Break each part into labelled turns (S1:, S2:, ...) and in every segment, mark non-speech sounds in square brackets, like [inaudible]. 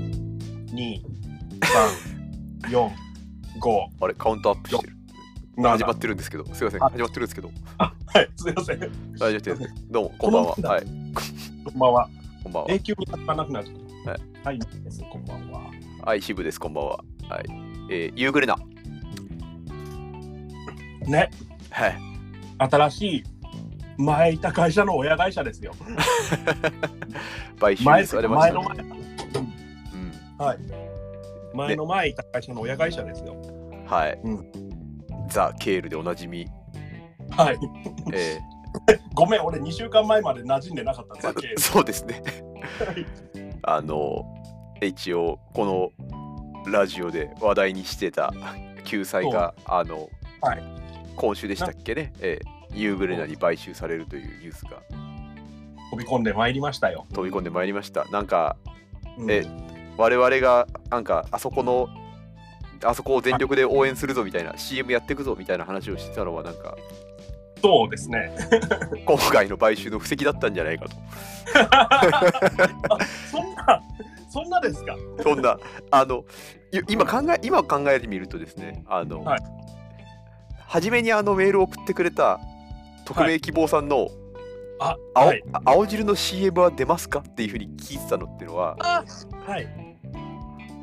S1: 2、3、4、5、
S2: あれカウントアップしてる始ま
S1: 7。
S2: ってるんですけどすいません
S1: あ
S2: 始まってるんですけど
S1: はい、すいません。
S2: 大丈夫ですどうもこんばんは
S1: この
S2: はい
S1: こんばんは。
S2: こんばんは
S1: 永久に始まらなくなっちゃった。
S2: は
S1: はい、ですこんばんは。
S2: はいヒブですこんばんははいえー、夕暮れな
S1: ね、
S2: はい
S1: 新しい前いた会社の親会社
S2: [laughs]
S1: ですよ。
S2: 買収
S1: 前
S2: されまし
S1: 前
S2: た
S1: の
S2: ね
S1: 前、
S2: うん
S1: 前の前いた会社の親会社ですよ。
S2: はい、
S1: う
S2: ザ・ケールでおな
S1: [laughs]
S2: じみ、
S1: はい。
S2: え
S1: ごめん、俺2週間前まで馴染んでなかったんだ
S2: ー [laughs]
S1: け
S2: そうですねあの一応このラジオで話題にしてた [laughs] 救済があの、
S1: はい
S2: 今週でしたっけね、えー、夕暮れなに買収されるというニュースが
S1: 飛び込んでまいりましたよ。
S2: 飛び込んでまいりましたなんか
S1: うん
S2: え我々がなんかあそこのあそこを全力で応援するぞみたいな CM やっていくぞみたいな話をしてたのはなんか
S1: そうですね。
S2: [laughs] 今回の買収の布石だったんじゃないかと
S1: そんな、そんなですか。
S2: そんな、あの、い今考え、今考えてみるとですね、あの。
S1: はい
S2: 初めにあのメールを送ってくれた匿名希望さんの、
S1: あ、
S2: 青
S1: はい。
S2: あ青汁の CM は出ますかっていうふうに聞いてたのっていうのは
S1: はい。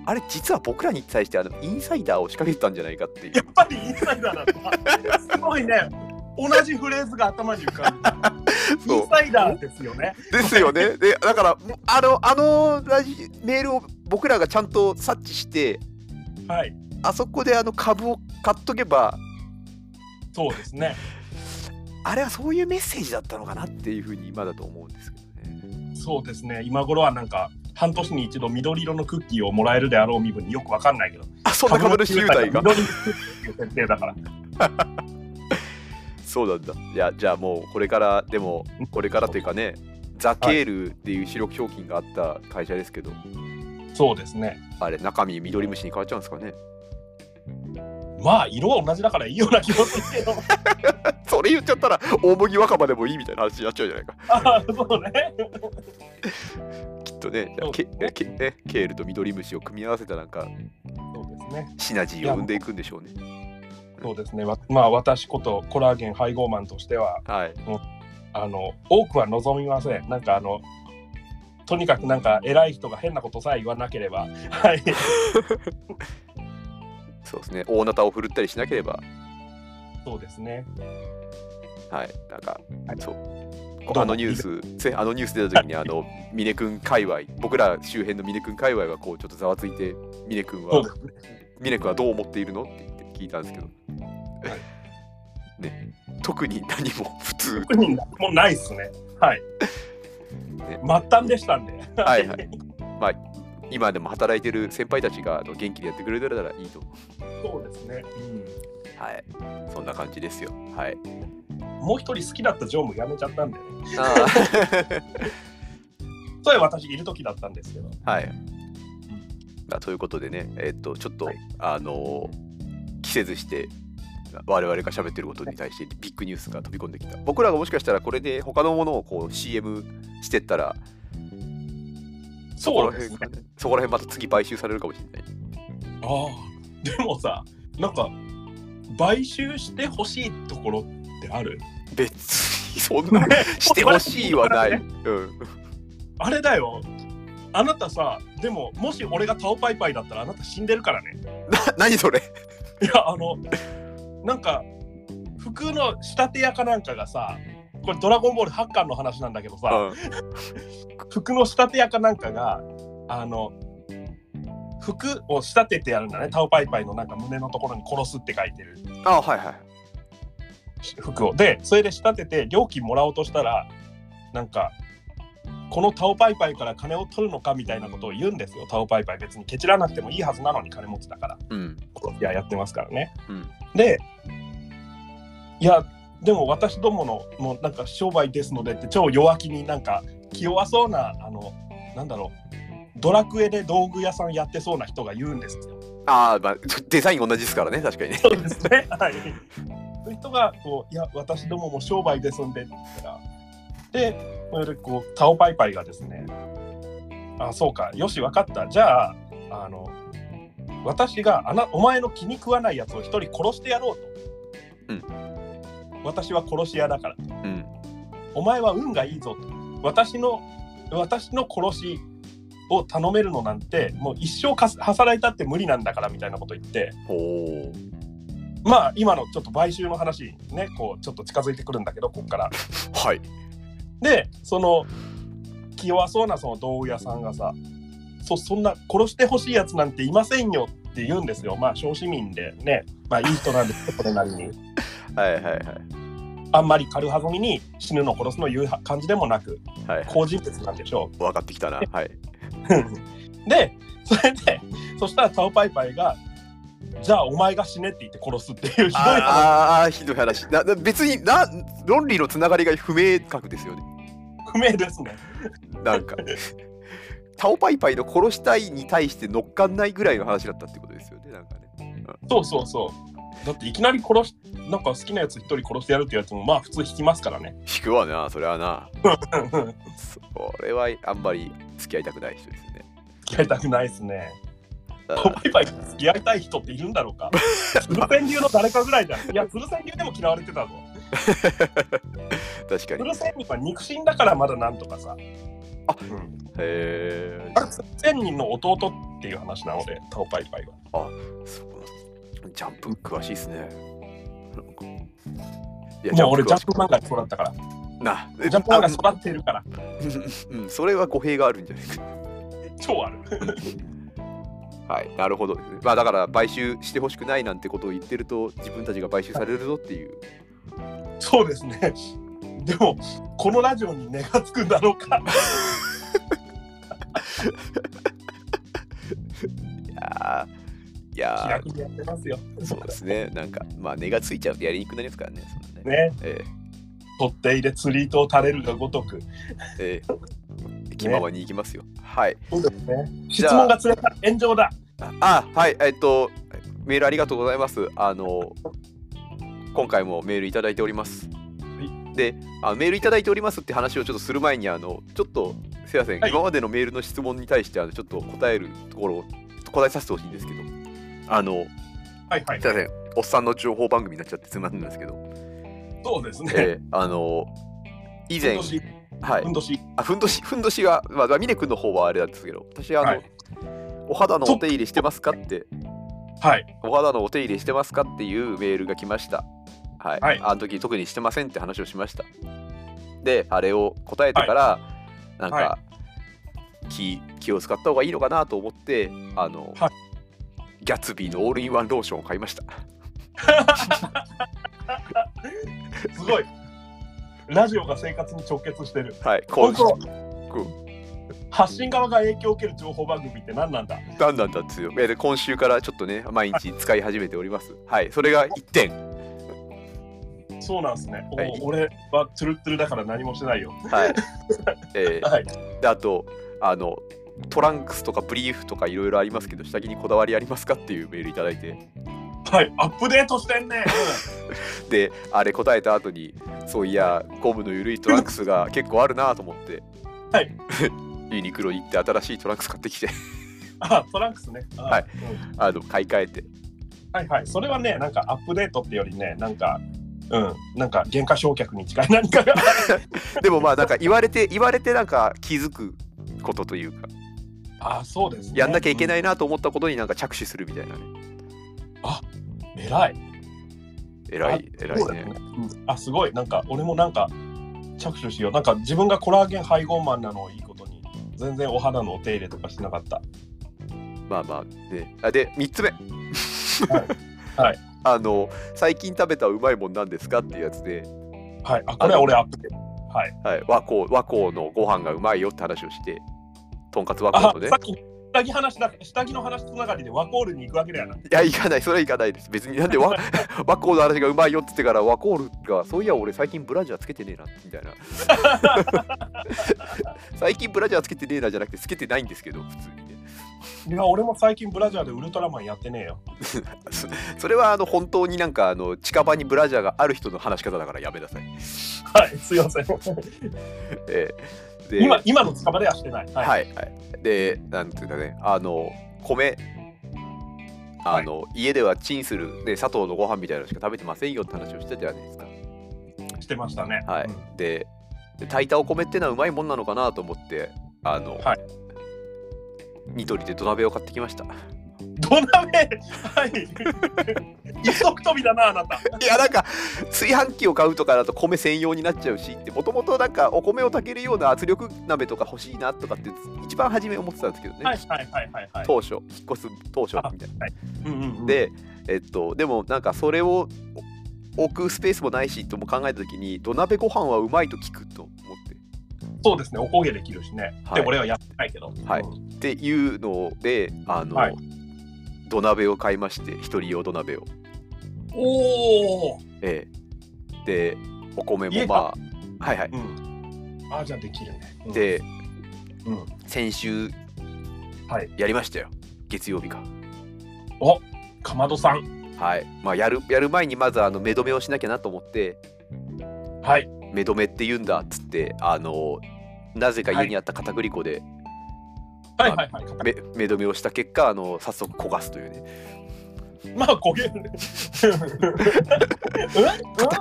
S2: あれ実は僕らに対してあのインサイダーを仕掛けてたんじゃないかっていう
S1: やっぱりインサイダーだった。すごいね。同じフレーズが頭に浮かんだ。イ
S2: そ
S1: ンサイダーですよね。
S2: うですよねでだからもうあのあのラジメールを僕らがちゃんと察知して
S1: はい。
S2: あそこであの株を買っとけば
S1: そうですね。
S2: あれはそういうメッセージだったのかなっていうふうに今だと思うんですけどね。
S1: そうですね。今頃はなんか。半年に一度緑色のクッキーをもらえるであろう身分によくわかんないけど、
S2: あそんな株主優待
S1: 緑色
S2: が。
S1: のクッキーっていう設定だから。
S2: そうなんだ。いやじゃあもうこれからでもこれからというかねザ・ケールっていう主力商品があった会社ですけど、
S1: そうですね。
S2: あれ中身緑虫に変わっちゃうんですかね。
S1: まあ色は同じだからいいような気もするけど。
S2: それ言っちゃったら大麦若葉でもいいみたいな話になっちゃうじゃないか。
S1: ああ、そうね。
S2: きっとね
S1: そう
S2: ケえケえケールと緑虫を組み合わせたなんか
S1: そうですね。
S2: シナジーを生んでいくんでしょうね。
S1: そうですね、わまあ私ことコラーゲン配合マンとしては
S2: はい。
S1: あの多くは望みませんなんかあのとにかくなんか偉い人が変なことさえ言わなければはい
S2: そうですね大なたを振るったりしなければ
S1: そうですね
S2: はい、なんか、
S1: はい
S2: そう。
S1: どうも
S2: あのニュース、せあのニュース出た時に、あ
S1: [laughs]
S2: の、峰君界隈、僕ら周辺の峰君界隈は、こう、ちょっとざわついて、峰君
S1: そう
S2: は
S1: で、
S2: 峰君はどう思っているのって言って聞いたんですけど、
S1: はい
S2: [laughs] ね、特に何も普通、
S1: 特にもうないっすねはい
S2: ね
S1: 末端でしたんで
S2: はいはい。まあ、今でも働いてる先輩たちがあの元気でやってくれたらいいと。
S1: そうですね、
S2: はい。そんな感じですよ。はい。
S1: うん、もう一人好きだった常務辞めちゃったんでね
S2: あ [laughs]
S1: それ私いる時だったんですけど
S2: ーはい。まあということでね、えっと、ちょっと、
S1: はい
S2: あのー着せずして、我々が喋ってることに対してビッグニュースが飛び込んできた。僕らがもしかしたらこれで他のものをこう CM してったら、
S1: そうですね
S2: この辺からねそこら辺また次買収されるかもしれない。
S1: ああでもさなんか買収してほしいところってある
S2: 別にそんなしてほしいはない。
S1: ね
S2: うん、
S1: あれだよ。あなたさ、でも、もし俺がタオパイパイだったら、あなた死んでるからね。
S2: な何それ
S1: いや、あの、なんか、服の仕立て屋かなんかがさ、これドラゴンボール8巻の話なんだけどさ、
S2: うん
S1: 服の仕立て屋かなんかが、あの、服を仕立ててやるんだね。タオパイパイのなんか胸のところに殺すって書いてる
S2: あはいはい。
S1: 服を。で、それで仕立てて料金もらおうとしたら、なんか、このタオパイパイから金を取るのかみたいなことを言うんですよ、タオパイパイ。別にケチらなくてもいいはずなのに金持ちだから。
S2: うん。
S1: いや、やってますからね。
S2: うん
S1: で、いや、でも私どもの、もうなんか商売ですのでって、超弱気になんか、気弱そうな、あの、なんだろう、ドラクエで道具屋さんやってそうな人が言うんですよ。
S2: ああ、まあ、ちょデザイン同じですからね、確かにね。
S1: そうですね。はい。そういう人がこう、いや、私どもも商売ですんでって言ったら、で、それでこう、タオパイパイがですね、あ、そうか、よし、わかった。じゃあ、あの私があなお前の気に食わないやつを一人殺してやろうと、
S2: うん
S1: 私は殺し屋だから
S2: うん
S1: お前は運がいいぞと私の私の殺しを頼めるのなんてもう一生かす働いたって無理なんだからみたいなこと言って
S2: ほう
S1: まあ今のちょっと買収の話にねこうちょっと近づいてくるんだけどここから
S2: はい
S1: でその気弱そうなその道具屋さんがさそそんな殺してほしいやつなんていませんよって言うんですよまあ小市民でねまあいい人なんですけど [laughs] これなりに
S2: はいはいはい
S1: あんまり軽はずみに死ぬの殺すの言う感じでもなく
S2: はいはい
S1: 好人物なんでしょ
S2: 分かってきたなはい
S1: う [laughs] でそれでそしたらタオパイパイがじゃあお前が死ねって言って殺すっていうひどい話
S2: あーあーひどい話なな別にな論理のつながりが不明確ですよね
S1: 不明ですね
S2: なん
S1: [laughs]
S2: かタオパイパイの殺したいに対して乗っかんないぐらいの話だったってことですよねなんかね
S1: そうそうそうだっていきなり殺しなんか好きなやつ一人殺してやるってやつもまあ普通引きますから [laughs] ね
S2: 引くわなそれはなそれはあんまり付き合いたくない人ですよね
S1: やりたくないですね
S2: た
S1: ト
S2: だ
S1: パイパイと付き合いたい人っているんだろうか鶴仙流の誰かぐらい [laughs] じゃん。いや、鶴仙流でも嫌われてたぞ。
S2: 確かに
S1: 鶴仙人は肉親だからまだなんとかさ。
S2: あ
S1: うん、
S2: へえ
S1: あれ鶴仙人の弟っていう話なので、トパイパイは。
S2: そうなんジャンプ詳しいですねなんかいや
S1: もう俺、ジャン
S2: 詳しく
S1: プ漫画で育ったから。ジ
S2: な
S1: ャンプ漫画で育っているから。
S2: うんうんそれは語弊があるんじゃないか
S1: 超ある。
S2: はい、なるほどですね。まあだから買収してほしくないなんてことを言ってると自分たちが買収されるぞっていう。
S1: そうですね。でも、このラジオに根がつくんだろうか。
S2: いやーい
S1: 気
S2: や
S1: 楽にやってますよ。
S2: ーそうですね。なんかまあ根がついちゃうとやりにくくなりますからね。そんなね
S1: ね、
S2: え
S1: 取って入れ釣り糸を垂れるがごとく。
S2: えええ気ままに行きますよ。はい。
S1: そうですね。質
S2: じゃあ
S1: 問がつれた炎上だ。
S2: あはいえっとメールありがとうございます。あの今回もメールいただいております。であメールいただいておりますって話をちょっとする前にあのちょっとすいません、
S1: はい
S2: 今までのメールの質問に対してあのちょっと答えるところを答えさせてほしいんですけどあの
S1: はいはい
S2: すい。ませんおっさんの情報番組になっちゃってすみませんなんですけど、
S1: [laughs] そうですね。
S2: えーあの以前
S1: ふんどし
S2: はい
S1: ふんどし
S2: あふんどしふんどしはまあまあミネ君の方はあれなんですけど私あの、
S1: はい
S2: お肌のお手入れしてますかって
S1: はい。
S2: お肌のお手入れしてますかっていうメールが来ました。はい。
S1: はい
S2: あの時特にしてませんって話をしました。で、あれを答えてから、なんか、
S1: は
S2: 気気を使った方がいいのかなと思って、あの、
S1: はい
S2: ギャツビーのオールインワンローションを買いました。 [laughs]
S1: すごい。ラジオが生活に直結してる。
S2: はい。こ
S1: 本当
S2: う、
S1: 発信側が影響を受ける情報番組って何なんだ
S2: なんなんだっつうよ。で、今週からちょっとね、毎日使い始めております。はい。それが1点。
S1: そうなんですね。お
S2: はい
S1: 俺はツルッツルだから何もしてないよ。 [laughs]
S2: はい。えー
S1: はい。
S2: であとあのトランクスとかブリーフとかいろいろありますけど下着にこだわりありますかっていうメールいただいて
S1: はい。アップデートしてんね。
S2: であれ答えた後にそういやゴムの緩いトランクスが結構あるなと思って、
S1: はい
S2: ユニクロ行って新しいトランクス買ってき [laughs] て
S1: あ、トランクスね。あ
S2: はい、
S1: うん
S2: あの買い替えて
S1: はいはい。それはね、なんかアップデートってよりね、なんか、うん、なんか原価償却に近い何かが。
S2: でもまあなんか言われて言われてなんか気づくことというか
S1: あ、そうです、ね。
S2: やんなきゃいけ
S1: い。
S2: ないなと思ったことになんか着手するみたいなね
S1: 偉い。
S2: 偉い
S1: あ
S2: 偉い
S1: そうだ
S2: ね
S1: ようんあ、すごい。なんか、俺もなんか、着手しよう。なんか、自分がコラーゲン配合マンなのをいいことに、全然お肌のお手入れとかしてなかった。
S2: まあまあねあで3つ目
S1: はいはい
S2: [laughs] あの最近食べたうまいもんなんですかっていうやつで
S1: はい。あ、これは俺アップデート。はい。
S2: はい、和光和光のご飯がうまいよって話をしてとんかつ和
S1: あ、
S2: 光とね
S1: さっき、下着話だ、下着の話つながりでワコールに行くわけだよな。
S2: いや行かないそれは行かないです別になん
S1: [laughs]
S2: で和和光の話がうまいよって言ってから和光がそういや俺最近ブラジャーつけてねえなみたいな
S1: [laughs]
S2: 最近ブラジャーつけてねえなじゃなくてつけてないんですけど普通にね
S1: いや、俺も最近ブラジャーでウルトラマンやってねえよ。
S2: それはあの本当になんかあの近場にブラジャーがある人の話し方だからやめなさい、 [laughs]
S1: はい、すいません。
S2: えーで
S1: 今、今の近場ではしてない。はい。
S2: はいはい。で、なんていうかね、あの、米あの、家ではチンするで砂糖のご飯みたいなのしか食べてませんよって話をしてたじゃないですか。
S1: してましたね。
S2: はい
S1: うん
S2: でで炊いたお米ってのはうまいもんなのかなと思ってあの、
S1: はい
S2: ニトリで土鍋を買ってきました [laughs] い
S1: 土鍋はい。 [laughs] 一足飛びだな、あなた。
S2: やなんか炊飯器を買うとかだと米専用になっちゃうしってもともとなんかお米を炊けるような圧力鍋とか欲しいなとかって一番初め思ってたんですけどね、
S1: はいはいはいはいはい。
S2: 当初引っ越す当初みたいな。
S1: うんうんうん、
S2: で、えっと、でもなんかそれを置くスペースもないしとも考えた時に土鍋ご飯はうまいと聞くと思って。
S1: そうですね、おこげできるしね。
S2: はい
S1: で、俺はやってないけど。
S2: はい
S1: うん
S2: っていうのであの、
S1: はい
S2: 土鍋を買いまして一人用土鍋を、
S1: おお、
S2: ええでお米
S1: 家
S2: もまあはいはい
S1: うん。あ、じゃあできるね。うん、
S2: で、
S1: うん
S2: 先週
S1: はい
S2: やりましたよ、月曜日か
S1: かまどさん。
S2: はいまあやるやる前にまずあの目止めをしなきゃなと思って
S1: はい。
S2: 目止めって言うんだっつってあのなぜか家にあった片栗粉で
S1: はいはいはい。
S2: 目,、目止めをした結果あの早速焦がすというね
S1: まあ、焦げるね。 [laughs]
S2: 片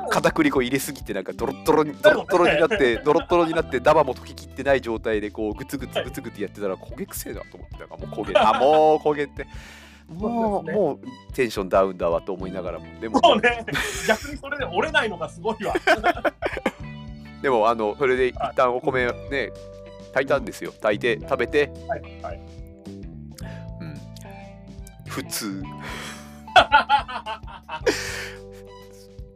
S2: 片栗粉入れすぎてなんかドロッドロにドロッドロに
S1: [laughs]
S2: なってドロッドロになってダバも溶ききってない状態でこうグツグツグツグツやってたら焦げくせえなと思ってなんかもう
S1: [laughs]
S2: 焦げあもう焦げっても
S1: そう
S2: う,、
S1: ですね
S2: もうテンションダウンだわと思いながらもでも
S1: そうね。逆にそれで折れないのがすごいわ。
S2: でもあのそれで一旦お米ね炊いたんですよ炊いて食べて、
S1: はいはい。
S2: うん、普通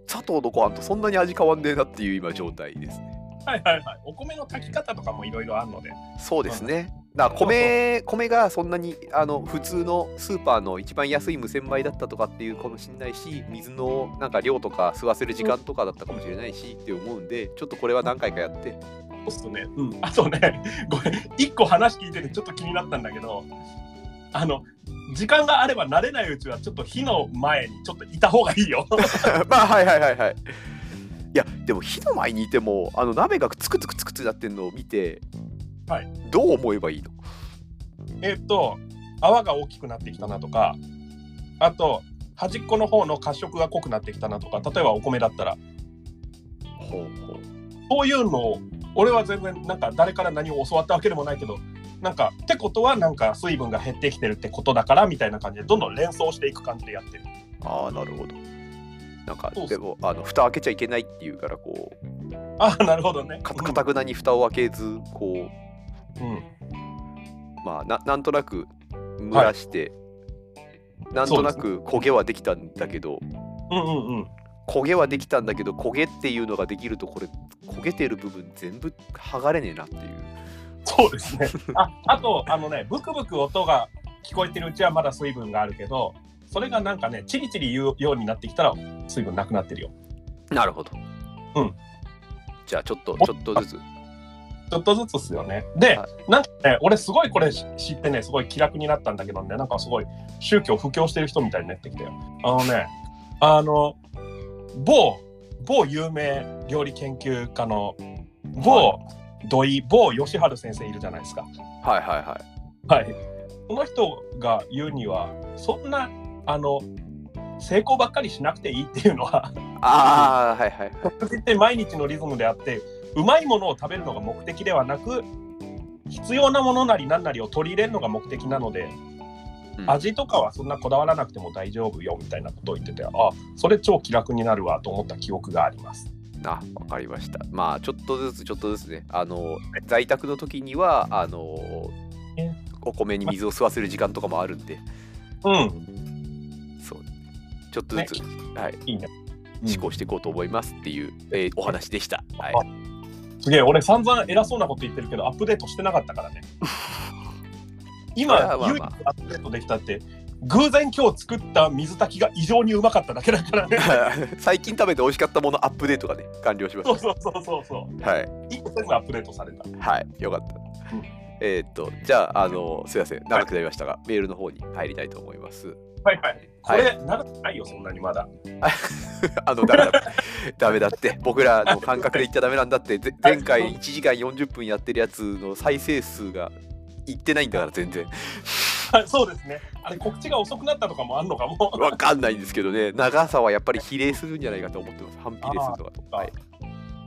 S2: 砂糖のご飯とそんなに味変わんねえなっていう今状態ですね
S1: はいはいはい。お米の炊き方とかもいろいろあるので。
S2: そうですね。だから米米がそんなにあの普通のスーパーの一番安い無洗米だったとかっていうかもしれないし水のなんか量とか吸わせる時間とかだったかもしれないしって思うんでちょっとこれは何回かやって
S1: そうっすね。うん。あとね、 [laughs] ごめん。一個話聞いててちょっと気になったんだけど、あの、時間があれば慣れないうちはちょっと火の前にちょっといた方がいい [laughs] よ。
S2: [laughs] まあはいはいはいはいいやでも火の前にいてもあの鍋がつくつくつくつなってんのを見て、
S1: はい
S2: どう思えばいいの
S1: えっと泡が大きくなってきたなとかあと端っこの方の褐色が濃くなってきたなとか例えばお米だったら
S2: ほうほう
S1: そういうのを俺は全然なんか誰から何を教わったわけでもないけどなんかってことはなんか水分が減ってきてるってことだからみたいな感じでどんどん連想していく感じでやってる
S2: ああなるほどなんか
S1: そうっす
S2: でもあの蓋開けちゃいけないっていうからこう
S1: ああなるほどね
S2: かかたくなに蓋を開けずこう
S1: うん、うん
S2: まあななんとなく蒸らして、なんとなく焦げはできたんだけど、
S1: うんうんうん
S2: 焦げはできたんだけど焦げっていうのができるとこれ焦げてる部分全部剥がれねえなっていう
S1: そうですね [laughs] ああとあのねブクブク音が聞こえてるうちはまだ水分があるけどそれがなんかねチリチリ言うようになってきたら水分なくなってるよ
S2: なるほど
S1: うん
S2: じゃあちょっとちょっとずつ
S1: ちょっとずつっすよね。で、
S2: はい
S1: なんかね、俺すごいこれし知ってね、すごい気楽になったんだけどね、なんかすごい宗教布教してる人みたいになってきたよ。あのね、あの、某、某有名料理研究家の某土井、某吉春先生いるじゃないですか。
S2: はいはいはい
S1: はい。この人が言うには、そんな、あの、成功ばっかりしなくていいっていうのは、 [laughs]
S2: ああはいはいはい
S1: 食事って毎日のリズムであってうまいものを食べるのが目的ではなく必要なものなり何なりを取り入れるのが目的なので、
S2: うん
S1: 味とかはそんなこだわらなくても大丈夫よみたいなことを言っててあそれ超気楽になるわと思った記憶があります。
S2: あわかりましたまあちょっとずつちょっとずつねあの在宅の時にはあの
S1: え
S2: お米に水を吸わせる時間とかもあるんで
S1: うん、
S2: そうちょっとずつ、はい
S1: いいね。
S2: 思考していこうと思いますっていう、えーお話でした。はい、
S1: すげえ俺散々偉そうなこと言ってるけどアップデートしてなかったからね。今、
S2: まあまあまあ
S1: 唯一アップデートできたって偶然今日作った水炊きが異常にうまかっただけだからね。 [laughs]
S2: [laughs] 最近食べて美味しかったものアップデートがね完了しま
S1: そ
S2: し
S1: うそうそうそうそう。
S2: た。はい
S1: 一個全部アップデートされた。
S2: はいよかった
S1: うん。
S2: えーっとじゃああのすいません長くなりましたが、メールの方に入りたいと思います。 [laughs]
S1: はいはい。こ
S2: は
S1: れ、
S2: い
S1: 長くないよ、そんなにまだ。 [laughs]
S2: あのダメだ [laughs] ダメだって僕らの感覚で言っちゃダメなんだってぜ前回1時間40分やってるやつの再生数がいってないんだから全然。 [laughs]
S1: はいそうですね。あれ、告知が遅くなったとかもあんのかも。 [laughs]
S2: わかんないんですけどね、長さはやっぱり比例するんじゃないかと思ってます。反比例するとかと。はい、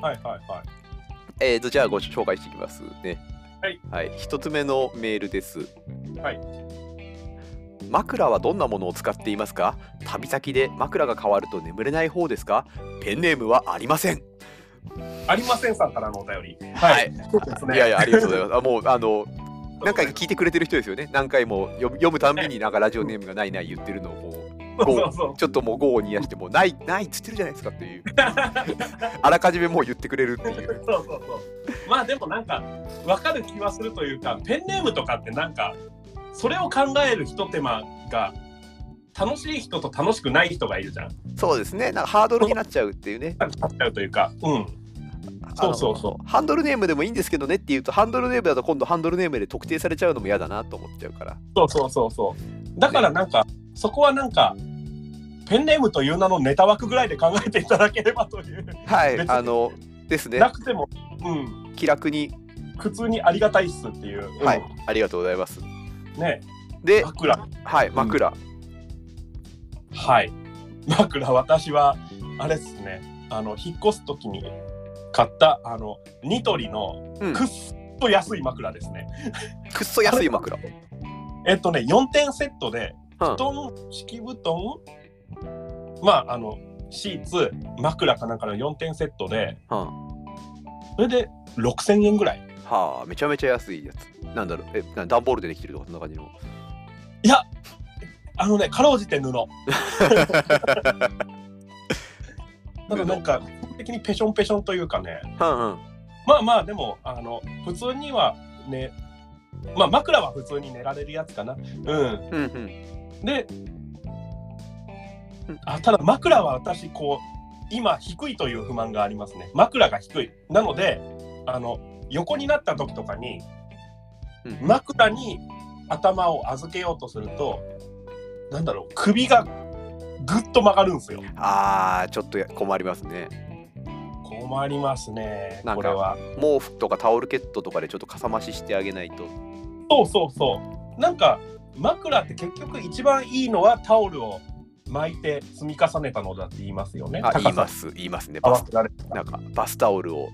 S1: はいはいはい。
S2: えーと、じゃあご紹介していきますね。
S1: はい。
S2: はい、一つ目のメールです。
S1: はい。
S2: 枕はどんなものを使っていますか旅先で枕が変わると眠れない方ですかペンネームはありません。
S1: ありませんさんからのお便り。
S2: は
S1: はいい。そうですね
S2: いやいや、ありがとうございます。あもう、
S1: [laughs]
S2: あの、何回か聞いてくれてる人ですよね。何回も読む読むたんびになんかラジオネームがないない言ってるのをこ
S1: [laughs]
S2: う。
S1: そうそうそう。
S2: ちょっともう豪を煮やしてもうないないっつってるじゃないですかって
S1: [laughs]
S2: いうあらかじめもう言ってくれるってい
S1: そう
S2: う
S1: そうそう。まあでもなんか分かる気はするというかペンネームとかってなんかそれを考えるひと手間が楽しい人と楽しくない人がいるじゃん。
S2: そうですねなんかハードルになっちゃうっていうね
S1: なんか立っちゃうというか。うん。そうそうそう
S2: うハンドルネームでもいいんですけどねって言うとハンドルネームだと今度ハンドルネームで特定されちゃうのも嫌だなと思っちゃうから
S1: そうそうそうそう。だからなんかそこはなんかペンネームという名のネタ枠ぐらいで考えていただければという。
S2: はい
S1: 別に
S2: あのですね
S1: なくても、うん、
S2: 気楽に
S1: 普通にありがたいっすっていう。うん
S2: はい。ありがとうございます
S1: ね。
S2: で
S1: 枕。
S2: はい枕
S1: はい。枕、私は、あれですね、あの、引っ越すときに買った、あの、ニトリの
S2: うん
S1: くっと安い枕ですね。
S2: くっそ安い枕
S1: えっとね、4点セットで、
S2: うん
S1: 布団、敷布団、まあ、あの、シーツ、枕かなんかの4点セットで、
S2: うん
S1: それで6000円ぐらい。
S2: はあめちゃめちゃ安いやつなんだろうえな段ボールでできてるとかそんな感じの
S1: いや、あのね、かろうじて
S2: [laughs]
S1: 布。ただなんか、基本的にペションペションというかね、
S2: うんうん
S1: まあまあでもあの普通にはねまあ枕は普通に寝られるやつかなうん
S2: うんうん
S1: で
S2: うん
S1: あただ枕は私こう今低いという不満がありますね枕が低いなのであの横になった時とかに
S2: うん
S1: 枕に頭を預けようとするとなんだろう首がぐっと曲がるんですよ
S2: あーちょっとや困りますね
S1: 困りますね
S2: なんか
S1: これは
S2: 毛布とかタオルケットとかでちょっとかさ増ししてあげないと
S1: そうそうそう。なんか枕って結局一番いいのはタオルを巻いて積み重ねたのだって言いますよね。
S2: あ
S1: 高
S2: 言い
S1: さ
S2: ます言いますね
S1: 合
S2: バ
S1: わ
S2: ス
S1: せられた
S2: なんかバスタオルを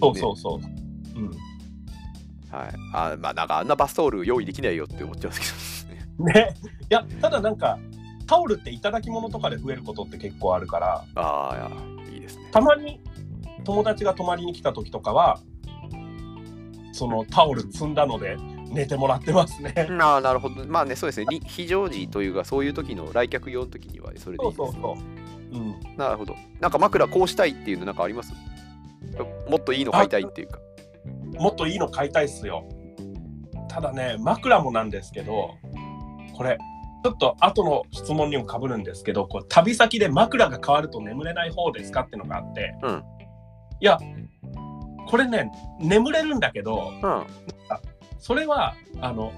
S1: そうそうそう。
S2: はいあまあなんかあんなバスタオル用意できないよって思っちゃうんですけどね [laughs]
S1: うん、ね。いやただなんかタオルっていただき物とかで増えることって結構あるから
S2: ああいいですね
S1: たまに友達が泊まりに来た時とかはそのタオル積んだので寝てもらってますね。
S2: ああなるほどまあねそうですねり非常時というかそういう時の来客用の時にはそれでい
S1: そ
S2: いうですね
S1: そうそう。うん。
S2: なるほどなんか枕こうしたいっていうのなんかありますもっといいの買いたいっていうか
S1: もっといいの買いたいっすよただね枕もなんですけどこれちょっと後の質問にもかぶるんですけどこう旅先で枕が変わると眠れない方ですかってのがあって、
S2: うん
S1: いやこれね眠れるんだけど
S2: うん [laughs] あ
S1: それはあの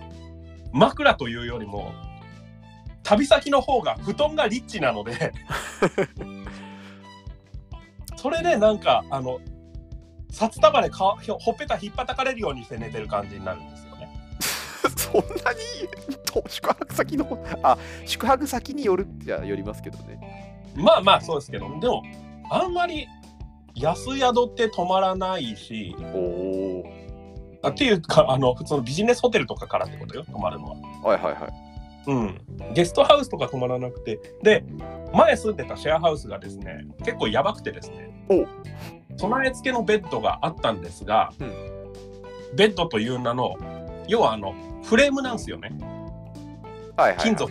S1: 枕というよりも旅先の方が布団がリッチなのでそれでなんかあの札束でかひょほっぺたひっぱたかれるようにして寝てる感じになるんですよね。
S2: そんなに [laughs] と宿泊先のあ宿泊先によるじゃよりますけどね
S1: まあまあそうですけどでもあんまり安宿って泊まらないし
S2: おお
S1: あっていうかあの普通のビジネスホテルとかからってことよ泊まるのは。
S2: はいはいはい
S1: うん、ゲストハウスとか泊まらなくてで前住んでたシェアハウスがですね結構やばくてですね
S2: おう
S1: 備え付けのベッドがあったんですが、
S2: うん
S1: ベッドという名の要はあのフレームなんですよね
S2: はいはいはい
S1: 金属、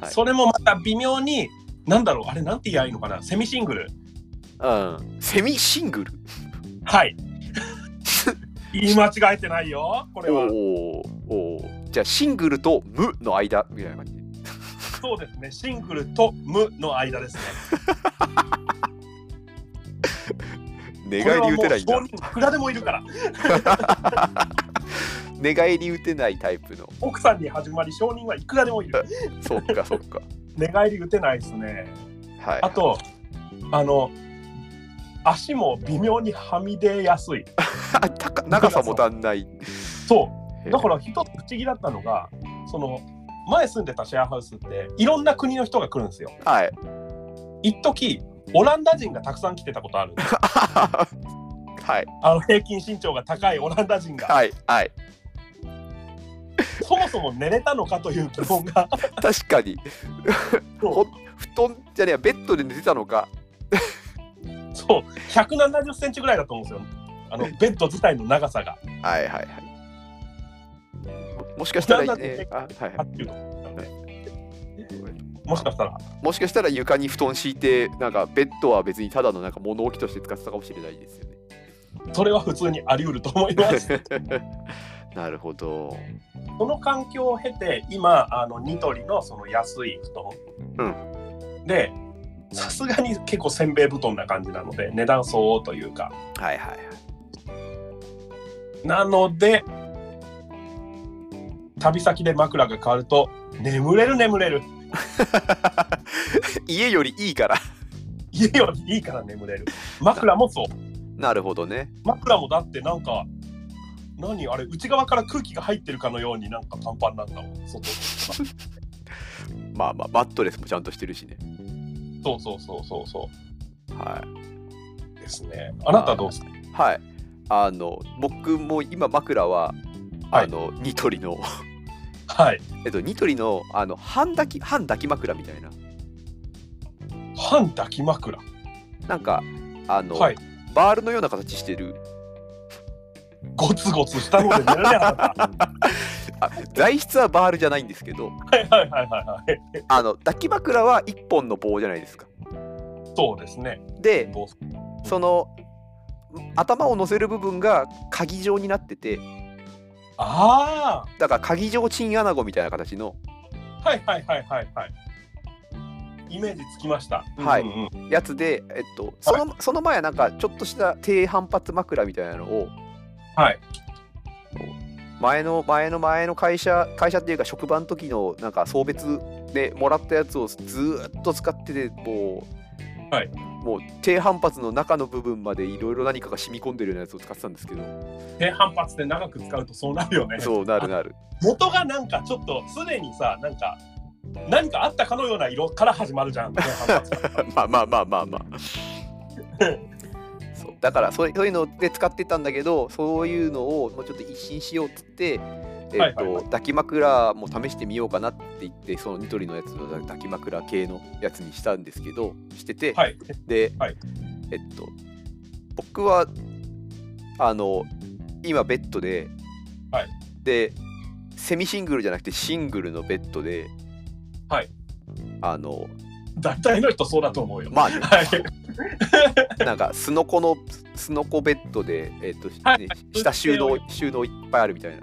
S2: はい
S1: それもまた微妙になんだろうあれなんて言えばいいのかなセミシングル
S2: うんセミシングル [laughs]
S1: はい言い間違えてないよこれは
S2: おーおーじゃあシングルと無の間みたいな感じ
S1: そうですねシングルと無の間ですね
S2: 寝返り打てないん
S1: これはもう少
S2: だ
S1: 人いくらでもいるから
S2: 寝返り打てないタイプの
S1: 奥さんに始まり証人はいくらでもいる
S2: そっかそっか
S1: 寝返り打てないですね
S2: はい
S1: あとあの足も微妙にはみ出やすい
S2: あ高長さも足んない
S1: そう
S2: へえ
S1: だから一つ不思議だったのがその前住んでたシェアハウスっていろんな国の人が来るんですよ。
S2: はい [laughs]
S1: 一時オランダ人がたくさん来てたことあるんです [laughs]
S2: はい
S1: あの平均身長が高いオランダ人が
S2: はいはい
S1: そもそも寝れたのかという疑問 [laughs] が
S2: 確かに
S1: そう
S2: 布団じゃねえやベッドで寝てたのか
S1: そう170センチぐらいだと思うんですよあのベッド自体の長さが
S2: はいはいはいもしかしたら、ねあはい
S1: あ
S2: は
S1: っていうところなんで
S2: い、
S1: もしかしたら
S2: もしかしたら床に布団敷いてなんかベッドは別にただのなんか物置として使ってたかもしれないですよね
S1: それは普通にあり得ると思います
S2: [laughs] なるほど
S1: その環境を経て今あのニトリのその安い布団、でさすがに結構せんべい布団な感じなので値段相応というか
S2: はいはいはい
S1: なので旅先で枕が変わると眠れる眠れる
S2: 家よりいいから
S1: 家よりいいから眠れる枕もそう
S2: なるほどね
S1: 枕もだってなんか何あれ内側から空気が入ってるかのようになんかパンパンなんだもん外
S2: まあまあマットレスもちゃんとしてるしね
S1: そうそうそうそうそ
S2: は
S1: うですねあなたどうですか
S2: いはいあの僕も今枕は
S1: はい
S2: あの、ニトリの [laughs]
S1: はい
S2: えっとニトリのあの半抱き半抱き枕みたいな
S1: 半抱き枕
S2: なんかあの、
S1: はい
S2: バールのような形してる
S1: ゴツゴツしたので寝られな [laughs] かっ
S2: あ材質はバールじゃないんですけど
S1: たはいはいはいはいはい
S2: あの抱き枕は1本の棒じゃないですか
S1: そうですね
S2: で
S1: もう
S2: その頭を乗せる部分が鍵状になってて
S1: あ
S2: だから鍵状チンアナゴみたいな形の
S1: あはいはいはいはいはいイメージつきました
S2: はい
S1: うんうんうん
S2: やつで、えっと、そのその前はなんかちょっとした低反発枕みたいなのを
S1: はい
S2: 前の前の前の会社会社っていうか職場の時のなんか送別でもらったやつをずーっと使っててもう、
S1: はい
S2: もう低反発の中の部分までいろいろ何かが染み込んでるようなやつを使ってたんですけど
S1: 低反発で長く使うとそうなるよね
S2: そうなるなる
S1: 元がなんかちょっとすでにさなんか何かあったかのような色から始まるじゃん低反発
S2: [laughs] まあまあまあまあまあそうだからそう [laughs] いうそういうので使ってたんだけどそういうのをもうちょっと一新しようっつって、え
S1: はい
S2: っと
S1: はいはい
S2: 抱き枕も試してみようかなって言ってそのニトリのやつの抱き枕系のやつにしたんですけどしてて、
S1: はい
S2: で、
S1: はい
S2: えっと僕はあの今ベッドで、
S1: はい
S2: でセミシングルじゃなくてシングルのベッドで、
S1: はい
S2: あの
S1: 大体の人そうだと思うよ
S2: まあね
S1: はい
S2: なんかすのこのすのこベッドで、えっと
S1: はい
S2: ね、下収納収納いっぱいあるみたいな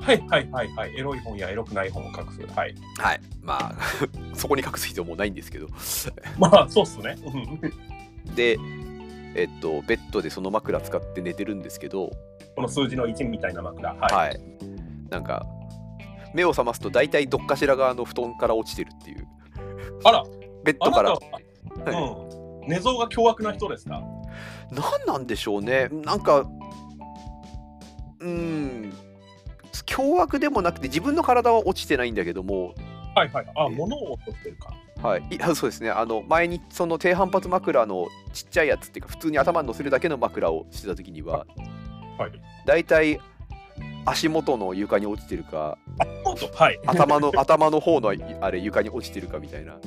S1: はいはいはいはいエロい本やエロくない本を隠すはい
S2: はいまあ [laughs] そこに隠す必要もないんですけど
S1: まあそうっすねうん
S2: でえっとベッドでその枕使って寝てるんですけど
S1: この数字の1みたいな枕はい、
S2: はい、なんか目を覚ますと大体どっかしらがあの布団から落ちてるっていう
S1: あら
S2: ベッ
S1: あ
S2: ド
S1: な
S2: か
S1: た
S2: ら
S1: は、うん寝相が凶悪な人ですか
S2: 何なんでしょうねなんかうーん凶悪でもなくて自分の体は落ちてないんだけども
S1: はいはいあ
S2: え
S1: 物を落としてるか
S2: はい、いあ [laughs] そうですねあの前にその低反発枕のちっちゃいやつっていうか普通に頭に乗せるだけの枕をしてた時には
S1: はい
S2: 大体足元の床に落ちてるか
S1: おっとはいあ
S2: 頭
S1: [laughs]
S2: の頭の方のいあれ床に落ちてるかみたいな
S1: あー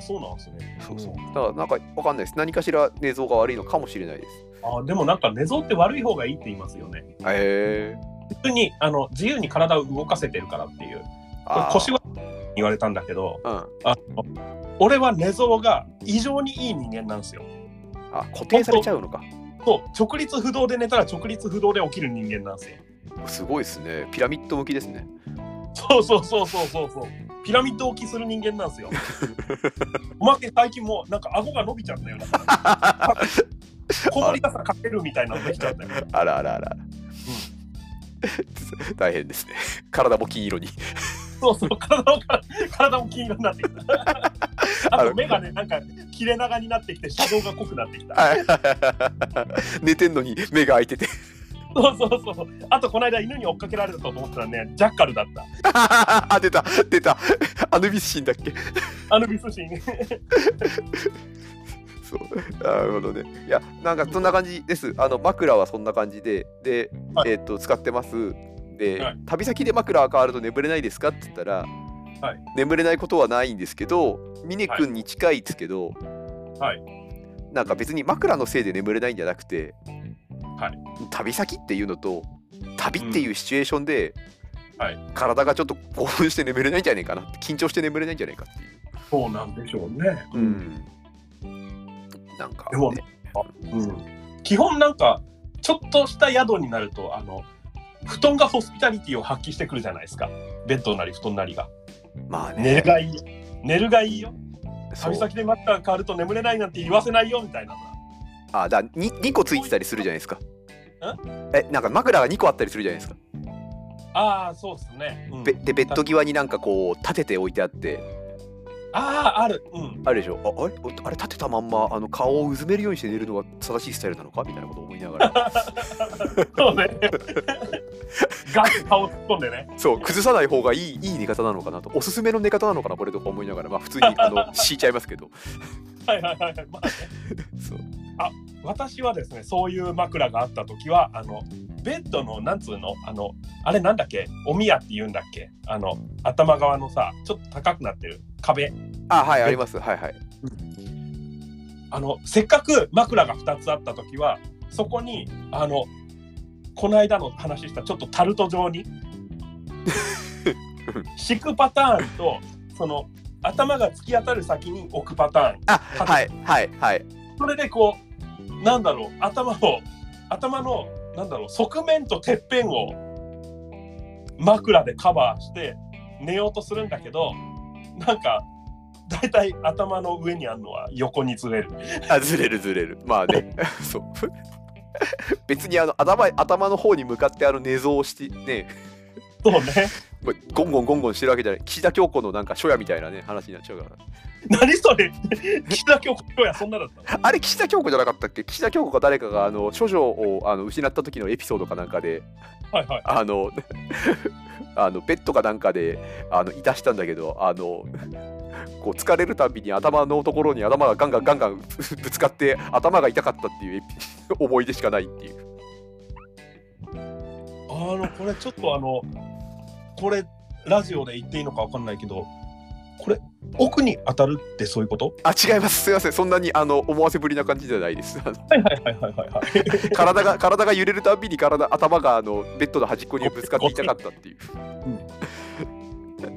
S1: そうなんですね
S2: そうそうだからなんかわかんないです何かしら寝相が悪いのかもしれないです
S1: あーでもなんか寝相って悪い方がいいって言いますよね
S2: へえ
S1: 普通にあの自由に体を動かせてるからっていうこれ
S2: あー
S1: 腰は言われたんだけど
S2: うん
S1: あの俺は寝相が異常にいい人間なんですよ
S2: あ固定されちゃうのか
S1: そう直立不動で寝たら直立不動で起きる人間なんですよ
S2: すごいですねピラミッド向きですね
S1: そうそうそうそうそうそうピラミッド起きする人間なん [laughs] ですよおまけ最近もうなんか顎が伸びちゃったよ小堀がさかけるみたいなのできちゃったよ
S2: あらあらあら、 [laughs] 大変ですね体も金色に
S1: そうそう体も体も金色になってき [laughs] たあと眼鏡なんか切れ長になってきてシャドウが濃くなってきた
S2: [laughs] はい寝てんのに目が開いてて [laughs]
S1: そうそうそう。あと、この間犬に追っかけられたと思ったらね、ジャッカルだった。
S2: あ出た出たアヌビス神だっけ
S1: アヌビス神。
S2: そう [laughs] なるほどねいやなんかそんな感じですあの枕はそんな感じでで、
S1: はい
S2: えーっと使ってますで、
S1: はい
S2: 旅先で枕が変わると眠れないですかって言ったら、
S1: はい
S2: 眠れないことはないんですけど峰君に近いですけど、
S1: はい
S2: なんか別に枕のせいで眠れないんじゃなくて、
S1: はい
S2: 旅先っていうのと旅っていうシチュエーションで、
S1: はい
S2: 体がちょっと興奮して眠れないんじゃないかなって緊張して眠れないんじゃないかっていう。
S1: そうなんでしょうね。
S2: うん、なんか、
S1: でも
S2: ね
S1: うん基本なんかちょっとした宿になるとあの布団がホスピタリティを発揮してくるじゃないですかベッドなり布団なりが
S2: まあ
S1: 寝
S2: ね
S1: るがいい寝るがいいよ
S2: そう
S1: 旅先でマッター変わると眠れないなんて言わせないよみたいな
S2: あだ 2, 2個ついてたりするじゃないですかえなんか枕が2個あったりするじゃないですか、
S1: ああそうですね、うん
S2: べでベッド際になんかこう立てて置いてあって
S1: あああるうん
S2: あるでしょああれおあれ立てたまんまあの顔をうずめるようにして寝るのが正しいスタイルなのかみたいなことを思いな
S1: [laughs]
S2: がら
S1: そうね [laughs] ガッと顔突っ込んでね
S2: そう崩さない方がいいいい寝方なのかなとおすすめの寝方なのかなこれとか思いながらまあ普通に
S1: [laughs]
S2: あの敷いちゃいますけど
S1: はいはいはいはい、まあね、
S2: そう
S1: 私はですねそういう枕があった時はあのベッドのなんつうのあのあれなんだっけおみやって言うんだっけあの頭側のさちょっと高くなってる壁
S2: あはいありますはいはい
S1: あのせっかく枕が2つあった時はそこにあのこの間の話したちょっとタルト状に敷くパターンとその頭が突き当たる先に置くパターン
S2: あはいはいはい
S1: それでこうなんだろう頭を頭のなんだろう側面とてっぺんを枕でカバーして寝ようとするんだけどなんかだいたい頭の上にあるのは横にずれる
S2: あずれるずれるまあね [laughs] そう別にあの頭頭の方に向かってあの寝相をしてね
S1: そうね [laughs]
S2: これゴンゴンゴンゴンしてるわけじゃない岸田京子のなんか初夜みたいなね話になっちゃうから
S1: 何それ [laughs] 岸田京子今日やそんなだったの
S2: あれ岸田京子じゃなかったっけ岸田京子か誰かがあの処女をあの失った時のエピソードかなんかで
S1: はいはい
S2: あの [laughs] あのベッドかなんかであのいたしたんだけどあのこう疲れるたびに頭のところに頭がガンガンガンガンぶつかって頭が痛かったっていうエピ思い出しかないっていう
S1: あのこれちょっとあのこれラジオで言っていいのかわかんないけどこれ奥に当たるってそういうこと
S2: あ違いますすいませんそんなにあの思わせぶりな感じじゃないですあ
S1: [laughs]
S2: の
S1: はいはいはいはいはいはい
S2: 体が体が揺れるたびに体頭があのベッドの端っこにぶつかって痛かったっていう、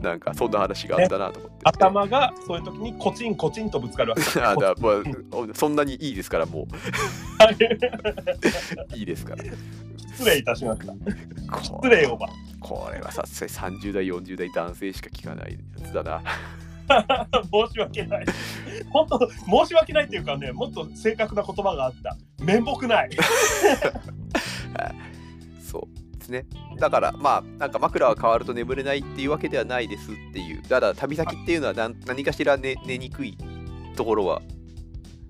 S2: なんかそんな話があったなと思って、
S1: 頭がそういう時にコチンコチンとぶつかるわけ
S2: [laughs] あだまあそんなにいいですか
S1: [laughs]
S2: らも
S1: はい
S2: ういいですから
S1: 失礼いたしました
S2: こ
S1: 失礼をば [laughs]
S2: これはさすがに30代40代男性しか聞かないやつだな
S1: 申し訳ない本当申し訳ないっていうかねもっと正確な言葉があった面目ない
S2: そうですねだからまあなんか枕は変わると眠れないっていうわけではないですっていうただ旅先っていうのは何何かしら寝寝にくいところは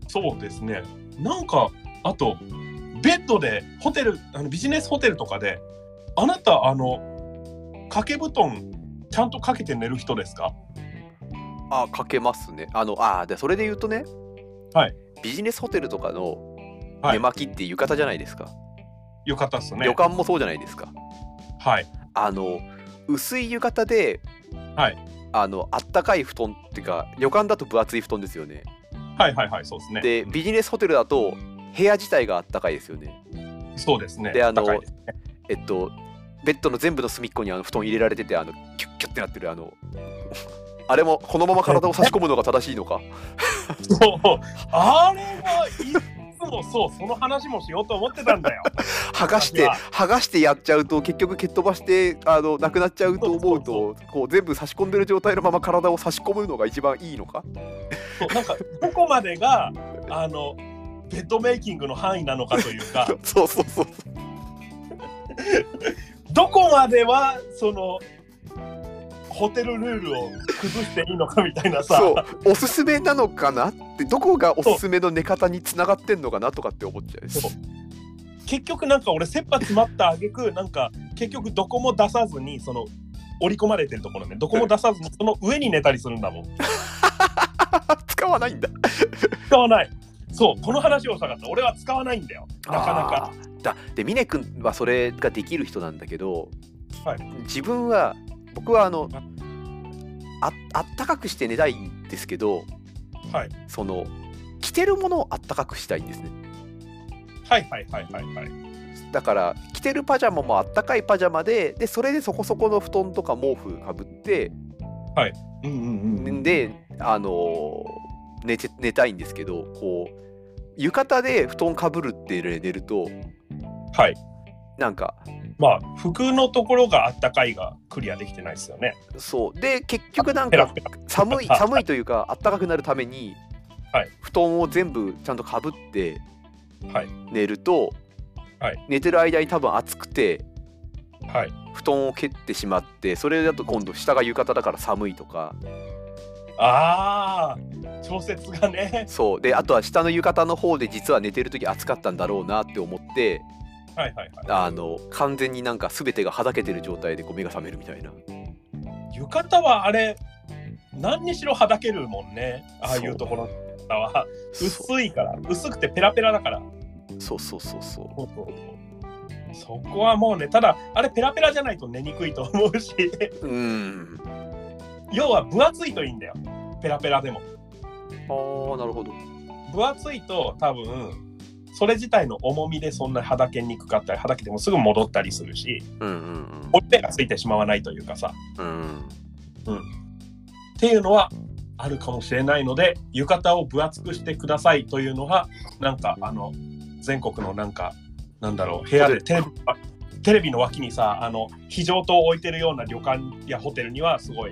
S1: そうですねなんかあとベッドでホテルあのビジネスホテルとかであなたあの掛け布団ちゃんとかけて寝る人ですか
S2: あかけますねあのあでそれで言うとね、
S1: はい、
S2: ビジネスホテルとかの
S1: はい
S2: 寝巻きって浴衣じゃないですか、
S1: よかったっすね
S2: 旅館もそうじゃないですか
S1: はい
S2: あの薄い浴衣で、
S1: はい、
S2: あのあったかい布団っていうか旅館だと分厚い布団ですよね
S1: はいはいはいそうですね
S2: でビジネスホテルだと部屋自体があったかいですよね
S1: そうですね
S2: であの
S1: 高いです
S2: えっとベッドの全部の隅っこにあの布団入れられててあのキュッキュッってなってるあの [laughs] あれもこのまま体を差し込むのが正しいのか
S1: そうあれはいつもそうその話もしようと思ってたんだよ
S2: 剥がし
S1: い
S2: て
S1: や
S2: 剥がしてやっちゃうと結局蹴っ飛ばしてあのなくなっちゃうと思うとこう全部差し込んでる状態のまま体を差し込むのが一番いいのか
S1: そうなんかどこまでがあのベッドメイキングの範囲なのかというか
S2: [laughs] そうそうそう
S1: どこまではそのホテルルールを崩していいのかみたいなさ
S2: そうおすすめなのかなってどこがおすすめの寝方につながってんのかなとかって思っちゃう
S1: そう結局なんか俺切羽詰まった挙句なんか結局どこも出さずにその織り込まれてるところねどこも出さずにその上に寝たりするんだもん
S2: [laughs] 使わないんだ
S1: 使わないそうこの話をしたかった俺は使わないんだよなかなか
S2: あーだで峰君はそれができる人なんだけど、
S1: はい
S2: 自分は僕はあのああったかくして寝たいんですけど
S1: はい
S2: その着てるものをあったかくしたいんですね
S1: はいはいはいはいはい
S2: だから着てるパジャマもあったかいパジャマででそれでそこそこの布団とか毛布かぶって
S1: うんうんうん
S2: であのー寝て寝たいんですけどこう浴衣で布団かぶるって寝ると
S1: はい
S2: なんか
S1: まあ服のところがあったかいがクリアできてないですよね
S2: そうで結局なん
S1: ペラ
S2: か
S1: ペラ
S2: 寒い寒いというかあったかくなるために、
S1: はい
S2: 布団を全部ちゃんとかぶって
S1: はい
S2: 寝ると、
S1: はい
S2: 寝てる間に多分暑くて
S1: はい
S2: 布団を蹴ってしまってそれだと今度下が浴衣だから寒いとか
S1: ああ調節がね [laughs]
S2: そうであとは下の浴衣の方で実は寝てる時暑かったんだろうなって思って
S1: はいはいはい
S2: あの完全になんか全てがはだけてる状態でこう目が覚めるみたいな
S1: 浴衣はあれ何にしろはだけるもんねああいうところの浴衣は
S2: そ
S1: 薄いから薄くてペラペラだから
S2: うそうそうそうそ
S1: そ
S2: う
S1: うそうそうそこはもうねただあれペラペラじゃないと寝にくいと思うし [laughs]
S2: うーんあ
S1: 要は分厚いといいんだよペラペラでも
S2: ーなるほど
S1: 分厚いと多分それ自体の重みでそんなはだけにくかったりはだけてもすぐ戻ったりするし
S2: うんうん
S1: 折り目がついてしまわないというかさ
S2: うんうん
S1: っていうのはあるかもしれないので浴衣を分厚くしてくださいというのがなんかあの全国のなんかなんだろう部屋でテレビあテレビの脇にさあの非常灯を置いてるような旅館やホテルにはすごい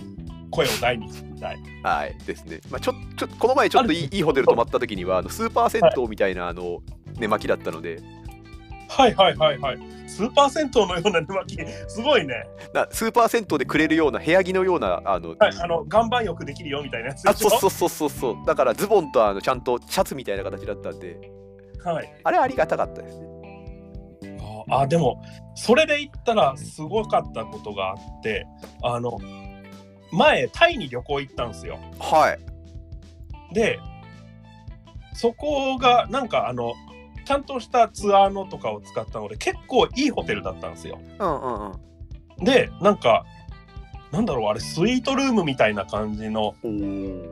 S1: 声を大に聞きたい。
S2: はいですね、まあ、ちょちょこの前ちょっといいいいホテル泊まった時にはあのスーパー銭湯みたいなあの寝巻きだったので
S1: はいはいはいはい。スーパー銭湯のような寝巻きすごいね。
S2: なスーパー銭湯でくれるような部屋着のようなあの、
S1: はい、あの岩盤浴できるよみたいなやつで
S2: あ
S1: しょ
S2: そうそうそうそうそうだからズボンとあのちゃんとシャツみたいな形だったんで
S1: はい、
S2: あれありがたかったですね
S1: ああでもそれで言ったらすごかったことがあってあの前タイに旅行行ったんですよ。
S2: はい
S1: でそこがなんかあのちゃんとしたツアーのとかを使ったので結構いいホテルだったんですよ
S2: うんうんうん
S1: でなんかなんだろうあれスイートルームみたいな感じの
S2: おー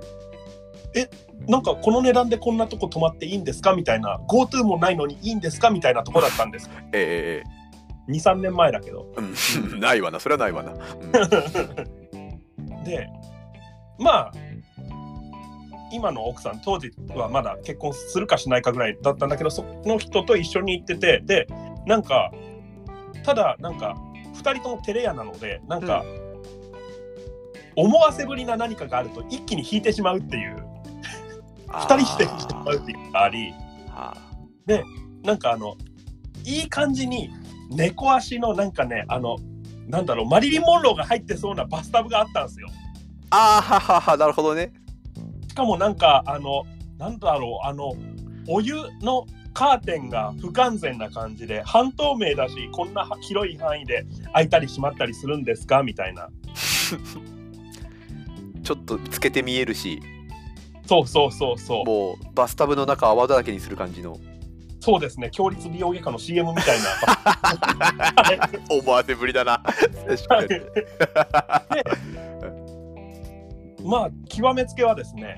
S1: なんかこの値段でこんなとこ泊まっていいんですかみたいな GoTo もないのにいいんですかみたいなとこだったんです
S2: ええ
S1: 23年前だけど
S2: ええうんないわなそれはないわな、うん
S1: でまあ今の奥さん当時はまだ結婚するかしないかぐらいだったんだけどその人と一緒に行っててでなんかただなんか2人とも照れ屋なのでなんか、思わせぶりな何かがあると一気に引いてしまうっていう2人して引いてしまうっていうのがあり
S2: あ
S1: なんかあのいい感じに猫足のなんかねあのなんだろうマリリン・モンローが入ってそうなバスタブがあったんですよ。
S2: ーあーはははなるほどね
S1: しかもなんかあのなんだろうあのお湯のカーテンが不完全な感じで半透明だしこんな広い範囲で開いたり閉まったりするんですかみたいな
S2: ちょっとつけて見えるし
S1: そうそうそうそう
S2: もうバスタブの中泡だらけにする感じの
S1: そうですね強立美容外科の CM みたいな
S2: 思わせぶりだな確かに
S1: で [laughs] まあ極めつけはですね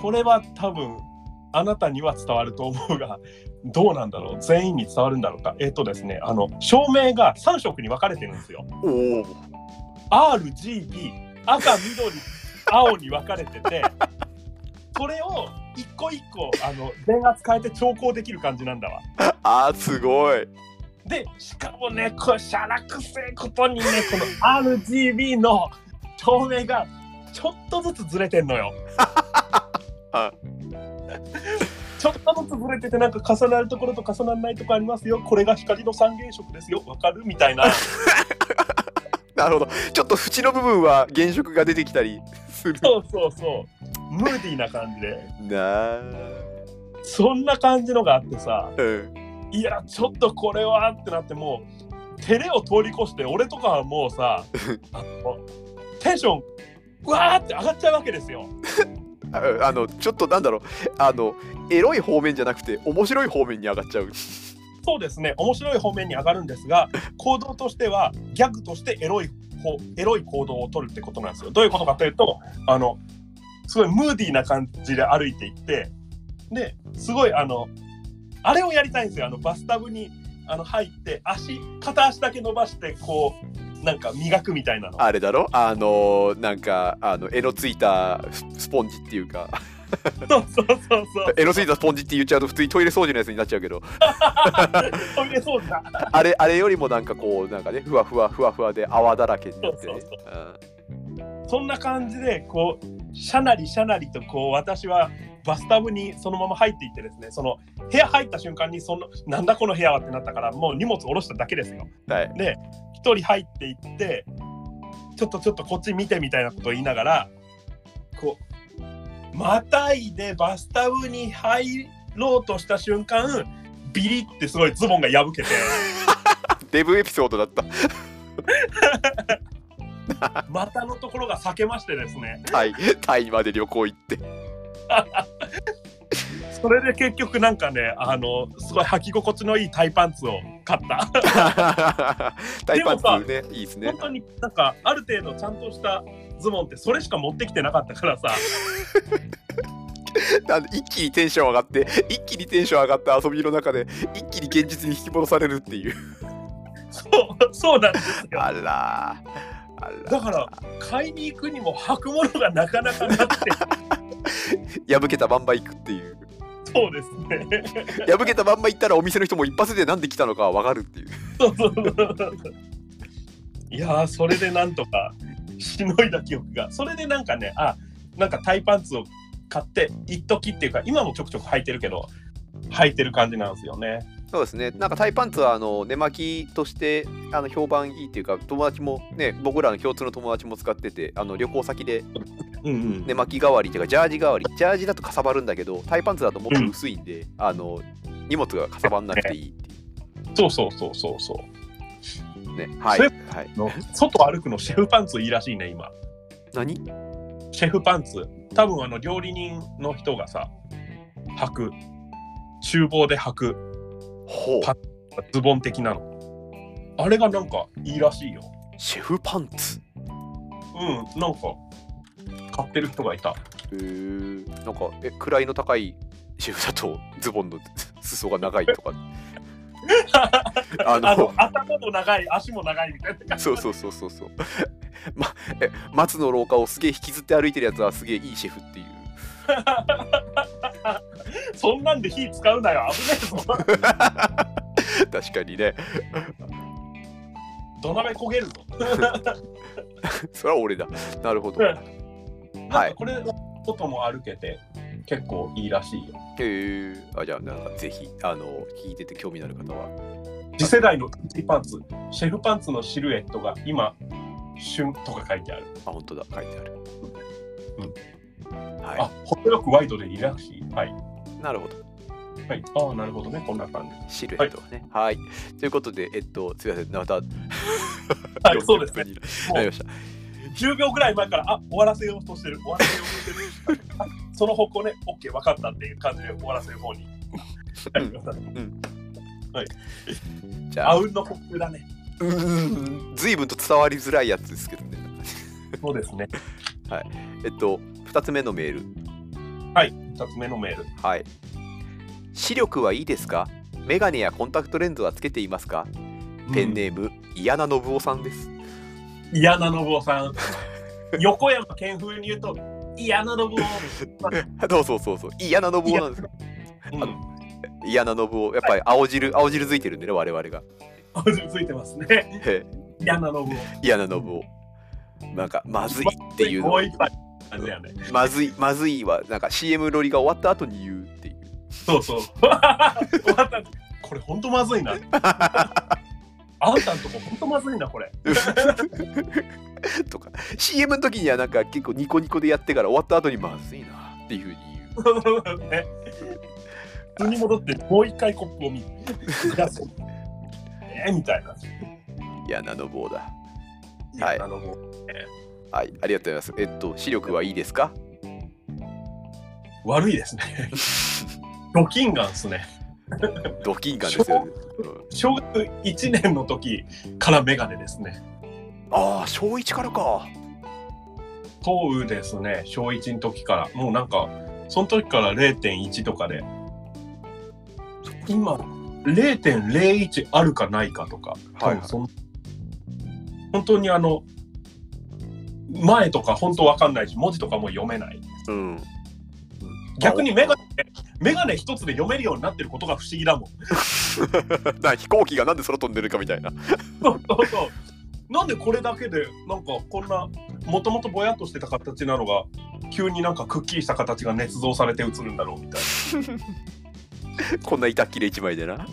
S1: これは多分あなたには伝わると思うがどうなんだろう全員に伝わるんだろうかえっ、とですねあの照明が3色に分かれてるんですよ
S2: おお
S1: RGB 赤緑青に分かれててそれを一個一個あの電圧変えて調光できる感じなんだわ
S2: あーすごい
S1: でしかもねこうしゃらくせえことにねこの RGB の照明がちょっとずつずれてんのよ
S2: は
S1: ちょっとずつずれててなんか重なるところと重ならないとこありますよこれが光の三原色ですよわかるみたいな
S2: なるほどちょっと縁の部分は原色が出てきたりする
S1: [laughs] そうそうそうムーディーな感じで
S2: なあ
S1: そんな感じのがあってさ
S2: うん
S1: いやちょっとこれはってなってもう照れを通り越して俺とかはもうさあのテンションうわーって上がっちゃうわけですよ。
S2: ああのちょっとなんだろうあのエロい方面じゃなくて面白い方面に上がっちゃう
S1: そうですね面白い方面に上がるんですが行動としてはギャグとしてエロい方エロい行動を取るってことなんですよ。どういうことかというとあのすごいムーディーな感じで歩いていってですごいあのあれをやりたいんですよあのバスタブにあの入って足片足だけ伸ばしてこうなんか磨くみたいなの。
S2: あれだろあのなんかあのエロついたススポンジっていうか
S1: [laughs]
S2: [laughs]
S1: そうそうそうそう。
S2: エロついたスポンジって言っちゃうと普通にトイレ掃除のやつになっちゃうけど
S1: トイレ掃除だ。
S2: あれあれよりもなんかこうなんかねふわふわふわふわで泡だらけになってね
S1: そうそんな感じでこうしゃなりしゃなりとこう私はバスタブにそのまま入っていってですねその部屋入った瞬間にそのなんだこの部屋はってなったからもう荷物下ろしただけですよ。
S2: うんはい
S1: で一人入っていってちょっとちょっとこっち見てみたいなことを言いながらこうまたいでバスタブに入ろうとした瞬間ビリってすごいズボンが破けて
S2: デブエピソードだった
S1: 股のところが裂けましてですね
S2: タイタイまで旅行行 [laughs] って
S1: それで結局なんかねあのすごい履き心地のいいタイパンツを買った。
S2: タイパンツねいいですね
S1: 本当になんかある程度ちゃんとしたズボンってそれしか持ってきてなかったからさ
S2: あの一気にテンション上がって一気にテンション上がった遊びの中で一気に現実に引き戻されるっていう
S1: そうそうなんですよ
S2: あらーあら
S1: だから買いに行くにも履くものがなかなかなくて
S2: 破けたまんま行くっていう
S1: そうですね
S2: 破けたまんま行ったらお店の人も一発で何で来たのかは分かるっていう
S1: そうそうそういやーそれでなんとかしのいだ記憶がそれでなんかねあなんかタイパンツを買って一時っていうか今もちょくちょく履いてるけど履いてる感じなんですよね
S2: そうですねなんかタイパンツはあの寝巻きとしてあの評判いいっていうか友達もね僕らの共通の友達も使っててあの旅行先で
S1: うんうん
S2: 寝巻き代わりっていうかジャージ代わりジャージだとかさばるんだけどタイパンツだともっと薄いんで、あの荷物がかさばんなくていいってい
S1: そうそうそうそうそう
S2: うねはい、
S1: そ
S2: は
S1: れ
S2: い、
S1: の外歩くのシェフパンツいいらしいね今
S2: 何
S1: シェフパンツ多分あの料理人の人がさ履く厨房で履く
S2: ほう
S1: パズボン的なのあれがなんかいいらしいよ
S2: シェフパンツ
S1: うんなんか買ってる人がいた
S2: へーなんかえ位の高いシェフだとズボンの裾が長いとかあ
S1: あ
S2: の
S1: の頭も長い足も長いみたいな
S2: そうそうそうそうそう、ま、え松の廊下をすげえ引きずって歩いてるやつはすげえいいシェ
S1: [laughs]
S2: フっていう
S1: そんなんで火使うなよ危ねえぞ
S2: 確かにね
S1: 土鍋焦げるぞ
S2: それは俺だなるほど
S1: うん
S2: へ
S1: なんかこれ外も歩けて結構いいらしいよ
S2: えあじゃあなんかぜひあの聞いてて興味のある方は
S1: 次世代のティーパンツシェフパンツのシルエットが今旬とか書いてある
S2: あ本当だ書いてある、
S1: あ
S2: は
S1: 程よくワイドでリラクシーはい
S2: いなるほど
S1: はいああなるほどねこんな感じ
S2: シルエットはねはい、ということでえっとすいませんまた
S1: はいそうですね
S2: ね。
S1: も
S2: なり
S1: う
S2: ました。
S1: 10秒ぐらい前からあ終わらせようとしてる終わらせようとしてるあその方向ね OK 分かったっていう感じで終わらせる方に
S2: う
S1: うんん
S2: じゃ
S1: あ
S2: あ、
S1: うんの呼吸だね
S2: ずいぶんと伝わりづらいやつですけどね。
S1: そうですね
S2: えっと、2つ目のメール。
S1: はい2つ目のメール
S2: はい。視力はいいですかメガネやコンタクトレンズはつけていますかペンネーム、嫌な信夫さんです。 [laughs]
S1: 嫌な信夫さん横山健風に言うと嫌な信夫です、
S2: そうそうそうそう。嫌な信夫なんです。
S1: [laughs] うん、
S2: 嫌な信夫。やっぱり青汁、青汁づいてるんでね、我々が。
S1: ついてますね
S2: へ
S1: 嫌な信夫
S2: 嫌な信夫。なんか、まずいっていうの
S1: も。う一杯あれだよね
S2: まずい、まずいは、なんか CM ロリが終わった後に言うっていう。
S1: そうそう。 [laughs] 終わったこれ本当まず
S2: [laughs]
S1: いな。あんたんとこ本当まずいなこれ。 [laughs]
S2: [laughs] とか CM の時にはなんか結構ニコニコでやってから終わった後にまずいなっていうふうに言う
S1: ね、普通に戻ってもう一回コップを見る。いやそうえー、みたいな。
S2: 嫌なの棒だ。
S1: や
S2: はい
S1: あのもう
S2: はい、ありがとうございます。えっと、視力はいいですか
S1: 悪いです
S2: [laughs]
S1: ね。ドキンガンですね。
S2: ドキンガンですよね。うん
S1: 小学1年の時からメガネですね。
S2: ああ、小1からか。
S1: そうですね、小1の時から。もうなんか、その時から0.1とかで。今、0.01あるかないかとか。
S2: はいはい
S1: 多分そん本当にあの、前とか本当わかんないし、文字とかも読めない。
S2: うん。 [laughs]
S1: 逆にメガネ、メガネ一つで読めるようになってることが不思議だもん。
S2: な飛行機がなんで空飛んでるかみたいな。
S1: そうそうそうなんでこれだけでなんかこんなもともとぼやっとしてた形なのが急になんかくっきりした形が捏造されて映るんだろうみたい
S2: こんな板っきれ一枚でな。は
S1: な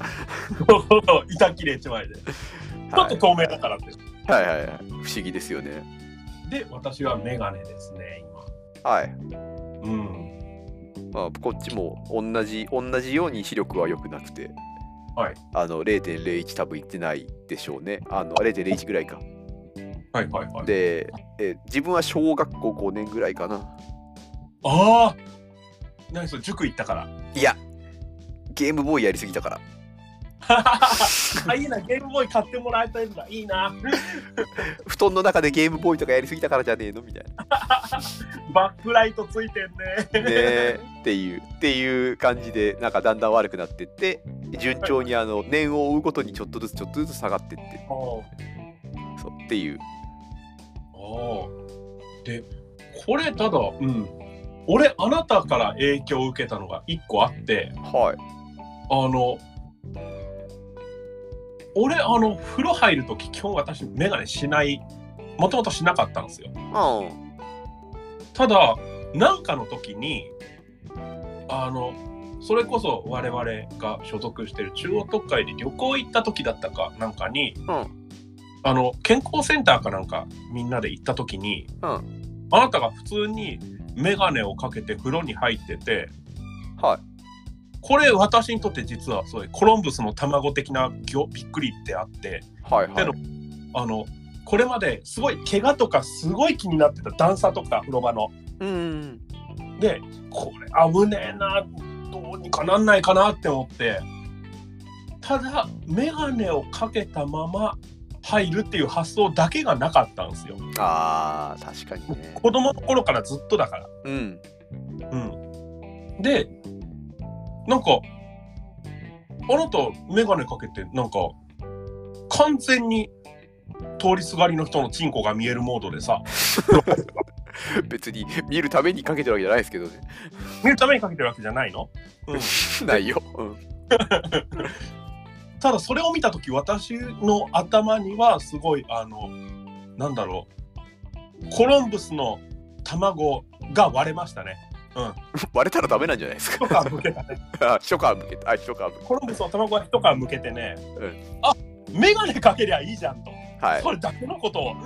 S1: そうそうそう板切れ一枚でちょっと
S2: い、
S1: 透明だからって、
S2: はいはいはい。不思議ですよね。
S1: で私はメガネですね
S2: はい。
S1: 今うん
S2: まあ、こっちも同じ、同じように視力は良くなくて。
S1: はい。
S2: あの、0.01多分いってないでしょうね。あの、あ0.01ぐらいか。
S1: はいはいはい
S2: で、え自分は小学校5年ぐらいかな。
S1: ああ何それ塾行った [laughs] から
S2: いや、ゲームボーイやりすぎたから。
S1: あいいなゲームボーイ買ってもらえたんだいいな
S2: 布団の中でゲームボーイとかやりすぎたからじゃねえのみたい
S1: [laughs]
S2: な。
S1: バックライトついてんね
S2: ねえっていうっていう感じでなんかだんだん悪くなってって順調にあの年を追うごとにちょっとずつちょっとずつ下がってって
S1: お
S2: そうっていう
S1: おでこれただうん俺あなたから影響を受けたのが1個あって
S2: はい
S1: あの俺あの風呂入るとき基本私眼鏡しないもともとしなかったんですよ
S2: うん
S1: ただなんかの時にあのそれこそ我々が所属してる中央特会で旅行行った時だったかなんかに、
S2: ん
S1: あの健康センターかなんかみんなで行った時に、
S2: うん
S1: あなたが普通に眼鏡をかけて風呂に入ってて
S2: はい
S1: これ私にとって実はそういうコロンブスの卵的なぎょびっくりってあって
S2: はいは
S1: で
S2: い
S1: のあのこれまですごい怪我とかすごい気になってた段差とか風呂場の。
S2: うん
S1: でこれ危ねえなどうにかなんないかなって思ってただ眼鏡をかけたまま入るっていう発想だけがなかったんですよ
S2: あー確かにね
S1: 子供の頃からずっとだから
S2: うん
S1: うんでなんかあなた眼鏡かけてなんか完全に通りすがりの人のチンコが見えるモードでさ
S2: 別に見るためにかけてるわけじゃないですけ [laughs] どね
S1: 見るためにかけてるわけじゃないの、うん、
S2: ないよ、うん、
S1: ただそれを見た時私の頭にはすごいあのなんだろうコロンブスの卵が割れましたね。
S2: 割れたらダメなんじゃないです [laughs]
S1: 一
S2: か
S1: 皮むけたね。
S2: あ一皮むけたあ一皮むけ
S1: コロンブスの卵は一皮むけてね。
S2: う
S1: あメガネかけりゃいいじゃんと。
S2: たはい
S1: それだけのことを
S2: に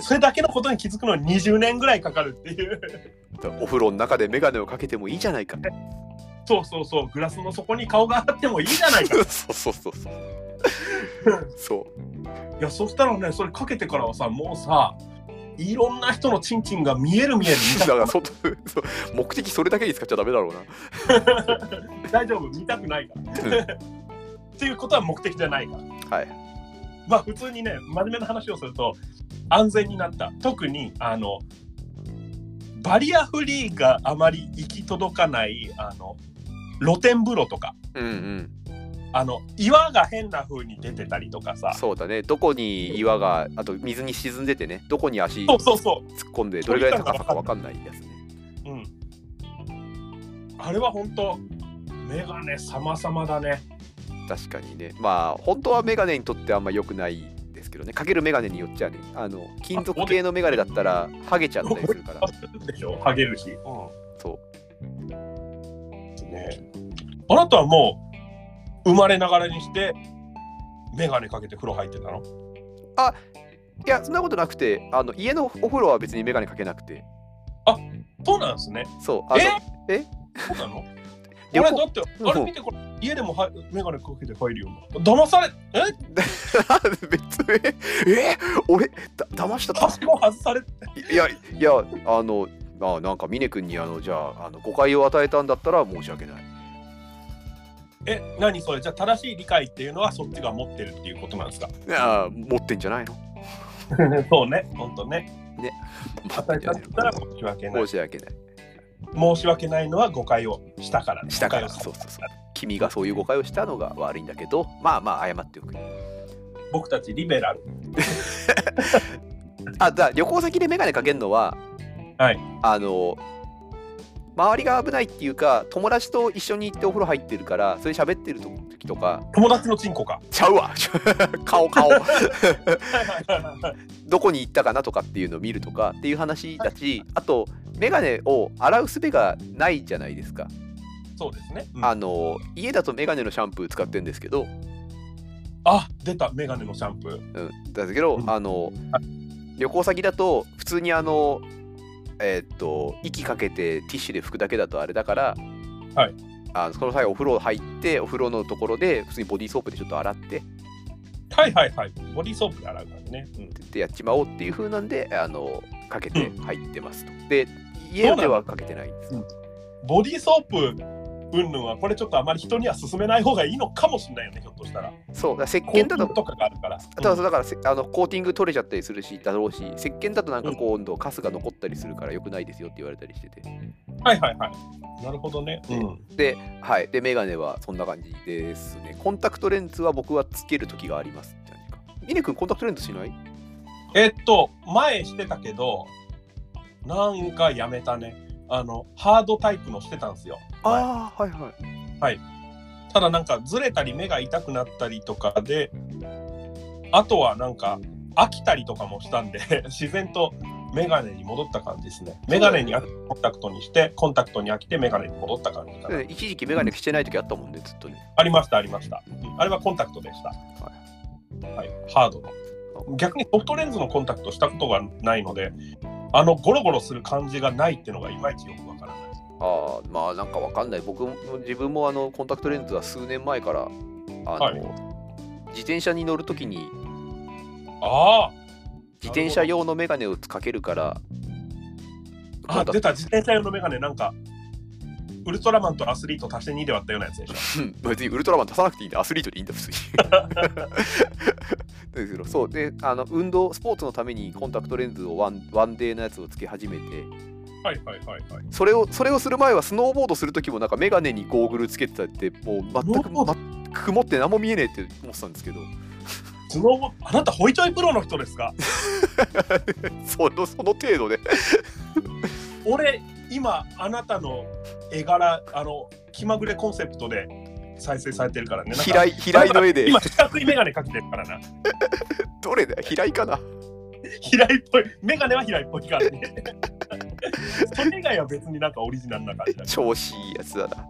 S1: それだけのことに気づくのに20年ぐらいかかるっていう。
S2: お風呂の中で眼鏡をかけてもいいじゃないか
S1: そうそうそうグラスの底に顔があってもいいじゃないか。
S2: そうそうそうそう [laughs] そう
S1: いやそしたらねそれかけてからはさもうさいろんな人のチンチンが見える見える見た
S2: だからそそう目的それだけに使っちゃダメだろうな。
S1: 大丈夫見たくないから。っていうことは目的じゃないから。
S2: はい。
S1: まあ普通にね真面目な話をすると安全になった特にあのバリアフリーがあまり行き届かないあの露天風呂とか
S2: うんうん。
S1: あの岩が変な風に出てたりとかさ
S2: そうだね。どこに岩があと水に沈んでてね。どこに足
S1: そ
S2: 突
S1: うそうそ
S2: っ込んでどれぐらいの高さかわかんないやつね。
S1: う、うん、あれは本当メガネ様々だね
S2: 確かにね。まあ本当はメガネにとってあんま良くないですけどね。かけるメガネによっちゃね。あの金属系のメガネだったらハゲちゃったりするから。
S1: でしょハゲるし、
S2: そ
S1: ね、あなたはもう生まれながらにしてメガネかけて風呂入ってたの
S2: う。いやそんなことなくてあの家のお風呂は別にメガネかけなくて。
S1: そうなんですね
S2: そう。あの [laughs]
S1: そうなの
S2: 旅
S1: 俺
S2: 行
S1: だってあれ見てこれ家でもはメガネかけて入るような騙されえ
S2: [laughs] 別にえ俺だ騙した
S1: はしご外され
S2: いやいやあのあなんか峰君にあのじゃああの誤解を与えたんだったら申し訳ない
S1: え何それじゃあ正しい理解っていうのはそっちが持ってるっていうことなんですか [laughs]
S2: いや持ってんじゃないの
S1: そうねほんとね
S2: 持っ
S1: 与
S2: てん
S1: え
S2: じゃ
S1: た
S2: ない
S1: ったら
S2: の
S1: 申し訳ない
S2: 申し訳ない
S1: 申し訳ないのは誤解をしたから
S2: したから
S1: 誤
S2: そう
S1: 解を
S2: そうそう君がそういう誤解をしたのが悪いんだけどまあまあ謝っておく
S1: 僕たちリベラル
S2: あだ旅行先で眼鏡かけるのは、
S1: はい
S2: あの周りが危ないっていうか友達と一緒に行ってお風呂入ってるからそれ喋ってる時とか
S1: 友達のチンコか
S2: ちゃうわ [laughs] 顔
S1: [laughs]
S2: 顔
S1: は
S2: どこに行ったかなとかっていうのを見るとかっていう話だしあと眼鏡を洗う術がないじゃないですか、
S1: いそうですね、うん
S2: あの家だと眼鏡のシャンプー使ってるんですけど、
S1: あ出たメガネのシャンプー
S2: うん、だけど、
S1: うん
S2: あの
S1: は
S2: 旅行先だと普通にあのえーっと息かけてティッシュで拭くだけだとあれだから、
S1: はい
S2: あその際お風呂入ってお風呂のところで普通にボディーソープでちょっと洗って
S1: はいはいはいボディーソープで洗うからね、うん
S2: でやっちまおうっていう風なんであのかけて入ってますと。で家ではかけてないんですよ
S1: ボディーソープ云々はこれちょっとあまり人には勧めない方がいいのかもしれないよねひょっとしたら
S2: そうだから石
S1: コーテ
S2: 鹸
S1: ィ
S2: だ
S1: ン
S2: と
S1: グとかがあるから
S2: あとはだからせあのコーティング取れちゃったりするしだろうし石鹸だとなんかこう温度カスが残ったりするから良くないですよって言われたりしてて
S1: うんはいはいはいなるほどね、うん、
S2: で、はい、で、メガネはそんな感じですね。コンタクトレンズは僕はつける時がありますって感じか。ミネ君、コンタクトレンズしない
S1: えっと前してたけどなんかやめたねあのハードタイプのしてたんですよ前
S2: ああ、はいはい。
S1: ただなんかずれたり目が痛くなったりとかであとはなんか飽きたりとかもしたんで [laughs] 自然とメガネに戻った感じですねメガネに飽きコンタクトにしてコンタクトに飽きてメガネに戻った感じかな、
S2: うん一時期メガネしてない時あったもんね、ずっとね。
S1: ありました、ありました。うんあれはコンタクトでした。はい、ハードの。逆にソフトレンズのコンタクトしたことがないので、あのゴロゴロする感じがないっていうのがいまいちよくわからない。
S2: ああ、まあなんかわかんない。僕も自分もあのコンタクトレンズは数年前から、あの、
S1: はい
S2: 自転車に乗る時に
S1: あ
S2: 自転車用のメガネをかけるから、
S1: あ、あ出た、自転車用のメガネ、なんか、ウルトラマンとアスリート足して2で割ったようなやつでしょ。
S2: うん別にウルトラマン足さなくていいんだアスリートでいいんだ
S1: [laughs]
S2: 普通にですけどそうであの運動スポーツのためにコンタクトレンズをワンワンデーのやつをつけ始めて
S1: はいはいはいはい。
S2: それをそれをする前はスノーボードする時もなんか眼鏡にゴーグルつけてたってもう全く
S1: ノーボ
S2: 全く曇って何も見えねえって思ってたんですけど [laughs]
S1: スノーボあなた、ホイトイプロの人ですか
S2: そのその
S1: [laughs]
S2: 程度で
S1: 俺、今、あなたの絵柄、あの、気まぐれコンセプトで再生されてるからね。なんか
S2: 平井平井の絵で
S1: 今、四角いメガネかけてるからな。
S2: どれだ平井かな
S1: 平井っぽいメガネは平井っぽいからねそれ以外は別になんかオリジナルな感じだ
S2: 調子いいやつだな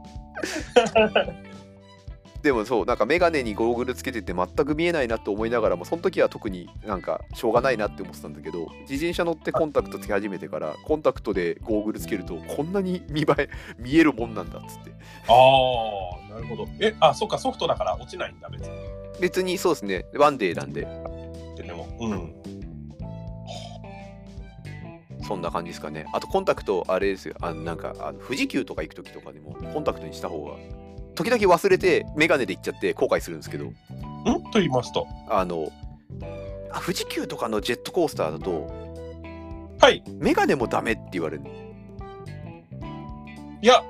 S2: でもそうなんか眼鏡にゴーグルつけてて全く見えないなと思いながらもその時は特になんかしょうがないなって思ってたんだけど自転車乗ってコンタクトつけ始めてからコンタクトでゴーグルつけるとこんなに見栄え [laughs] 見えるもんなんだっつって
S1: ああなるほどえあそっかソフトだから落ちないんだ別に
S2: 別にそうですねワンデーなんで
S1: ででもうん
S2: そんな感じですかねあとコンタクトあれですよあのなんかあの富士急とか行く時とかでもコンタクトにした方が時々忘れて眼鏡で行っちゃって後悔するんですけど
S1: んと言いますと
S2: あのあ富士急とかのジェットコースターだと
S1: はい
S2: メガネもダメって言われる
S1: いや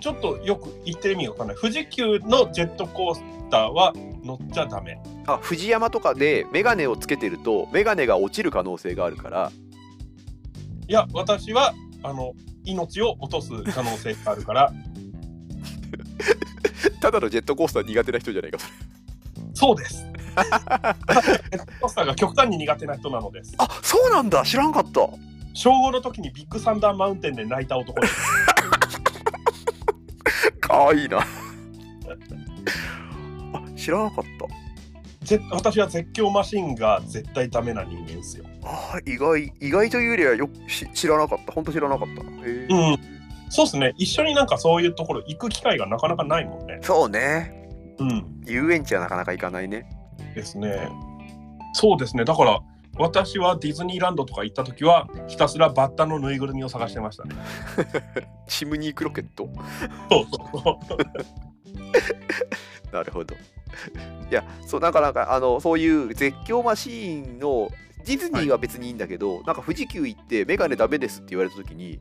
S1: ちょっとよく言ってる意味がわかんない富士急のジェットコースターは乗っちゃダメ
S2: あ藤山とかでメガネをつけてるとメガネが落ちる可能性があるから [laughs]
S1: いや私はあの命を落とす可能性があるから [laughs]
S2: ただのジェットコースター苦手な人じゃないかそれ
S1: そうですジェットコースターが極端に苦手な人なのです
S2: あそうなんだ知らんかった
S1: 小5の時にビッグサンダーマウンテンで泣いた男です
S2: かわいいな [laughs] あ知らなかった
S1: ぜ私は絶叫マシンが絶対ダメな人間ですよ。
S2: あー意外意外というよりはよくし知らなかった本当知らなかったへえ
S1: うん。そうですね、一緒になんかそういうところ行く機会がなかなかないもんね。
S2: そうね
S1: うん、
S2: 遊園地はなかなか行かないね
S1: ですね。そうですね、だから私はディズニーランドとか行った時は、ひたすらバッタのぬいぐるみを探してましたね。
S2: チムニークロケット
S1: そうそうそう
S2: なるほど。 [laughs] いや、そう、なんかなんか、あの、そういう絶叫マシーンの、ディズニーは別にいいんだけど、なんか富士急行って、メガネダメですって言われたときに、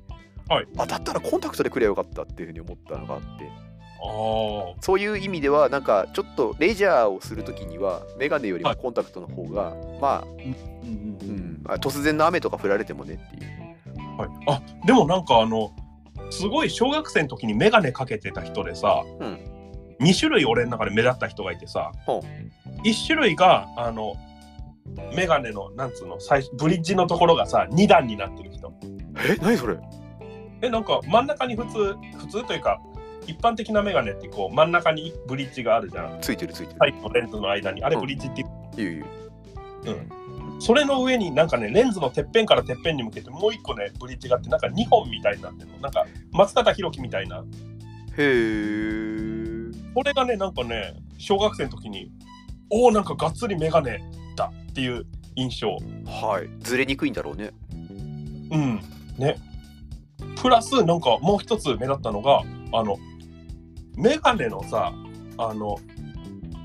S1: はい
S2: あ、だったらコンタクトでくればよかったっていうふうに思ったのがあって、
S1: あ
S2: そういう意味では、なんか、ちょっとレジャーをするときには、メガネよりも
S1: はい
S2: コンタクトの方が、まあ、
S1: あ、うんう
S2: うんん、あ突然の雨とか降られてもねっていう。
S1: うんはい、あでもなんかあのすごい小学生の時に眼鏡かけてた人でさ、
S2: うん
S1: 2種類俺の中で目立った人がいてさ、
S2: ほ
S1: 1種類があの眼鏡のなんつうの最ブリッジのところがさ2段になってる人。
S2: え、何それ
S1: えなんか真ん中に普通普通というか一般的なメガネってこう真ん中にブリッジがあるじゃん
S2: ついてるついてる。
S1: 左右のレンズの間にあれ
S2: うん
S1: ブリッジっていう、
S2: い、いよいいよ
S1: うんそれの上になんかねレンズのてっぺんからてっぺんに向けてもう一個ねブリッジがあってなんか2本みたいになってるのなんか松方弘樹みたいな
S2: へー。
S1: これがねなんかね小学生の時におおなんかがっつりメガネだっていう印象
S2: はい。ずれにくいんだろうね。
S1: うんねプラスなんかもう一つ目立ったのがあのメガネのさあの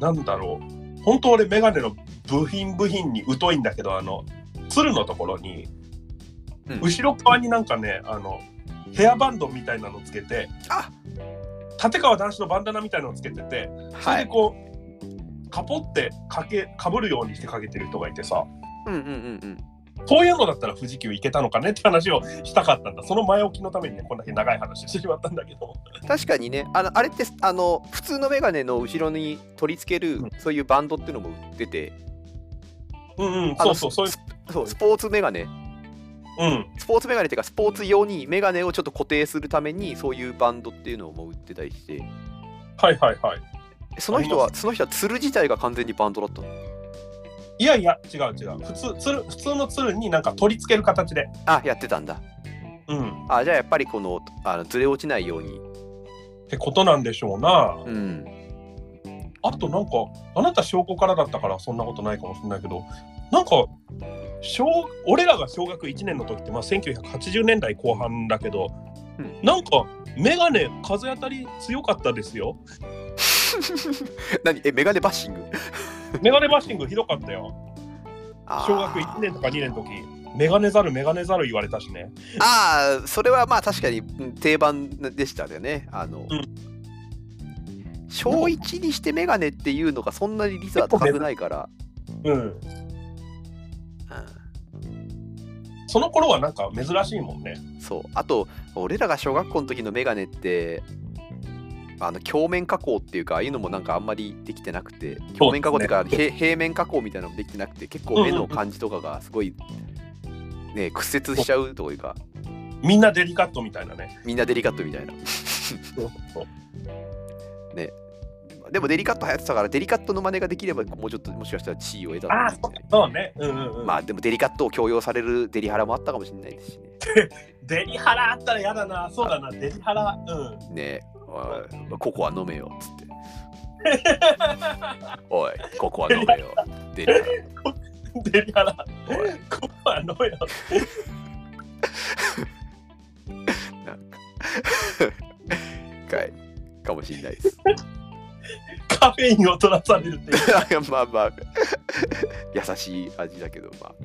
S1: なんだろう本当俺メガネの部品部品に疎いんだけどあの鶴のところに、
S2: うん
S1: 後ろ側になんかねあのヘアバンドみたいなのつけて
S2: あ
S1: 立川談志のバンダナみたいなのつけててそれ
S2: は
S1: で
S2: い。
S1: こう、カポってかけかぶるようにしてかけてる人がいてさ
S2: うんうんうんうん。
S1: こういうのだったら富士急行けたのかねって話をしたかったんだ。その前置きのためにね、こんだけ長い話してしまったんだけど。 [laughs]
S2: 確かにねあのあれってあの普通のメガネの後ろに取り付ける、
S1: うん
S2: そういうバンドっていうのも売ってて
S1: うんうん、
S2: あ
S1: そ
S2: の
S1: うそう、そういう。
S2: スそうスポーツメガネ
S1: うん。
S2: スポーツメガネっていうかスポーツ用にメガネをちょっと固定するためにそういうバンドっていうのも売ってたりして
S1: はいはいはい。
S2: その人
S1: あ
S2: はその人は鶴自体が完全にバンドだったの
S1: いやいや、違う違う。普通、つる普通の鶴になんか取り付ける形で。
S2: あやってたんだ
S1: うん。
S2: あじゃあやっぱりこのあのずれ落ちないように
S1: ってことなんでしょうな。
S2: うん
S1: あとなんか、あなた証拠からだったからそんなことないかもしれないけど、なんか、小俺らが小学1年の時って、まあ、1980年代後半だけど、
S2: うん
S1: なんか、メガネ風当たり強かったですよ。
S2: [laughs] 何えメガネバッシング
S1: メガネバッシングひどかったよ。
S2: あー
S1: 小学1年とか2年の時メガネザルメガネザル言われたしね
S2: [laughs] ああそれはまあ確かにうん定番でしたよねあの、
S1: うん
S2: 小1にしてメガネっていうのがそんなに率は高くないから、
S1: うんその頃はなんか珍しいもんね
S2: うんそうあと俺らが小学校の時のメガネってあの鏡面加工っていうかああいうのもなんかあんまりできてなくて鏡面加工っていうか、平平面加工みたいなのもできてなくて結構目の感じとかがすごい、ね、屈折しちゃうというか
S1: みんなデリカットみたいなね
S2: みんなデリカットみたいな
S1: そう
S2: でもデリカット流行ってたからデリカットの真似ができればもうちょっともしかしたら地位を得たのか
S1: あ
S2: も
S1: あ
S2: しれ
S1: そうそ
S2: ない
S1: うねうんうんうん、
S2: まあでもデリカットを強要されるデリハラもあったかもしれないですしね。
S1: デリハラあったら嫌だなそうだなデリハラうん
S2: ねえ、おいココア飲めよっつ
S1: [laughs]
S2: って。おい、ココア飲めよ。デリハ
S1: [laughs] デリハラ
S2: ラ。おい、
S1: ここはのよ
S2: かい。かもしれないです。 [laughs]
S1: カフェインを取らされるっていう
S2: まあまあ、 [laughs] 優しい味だけど、まあ。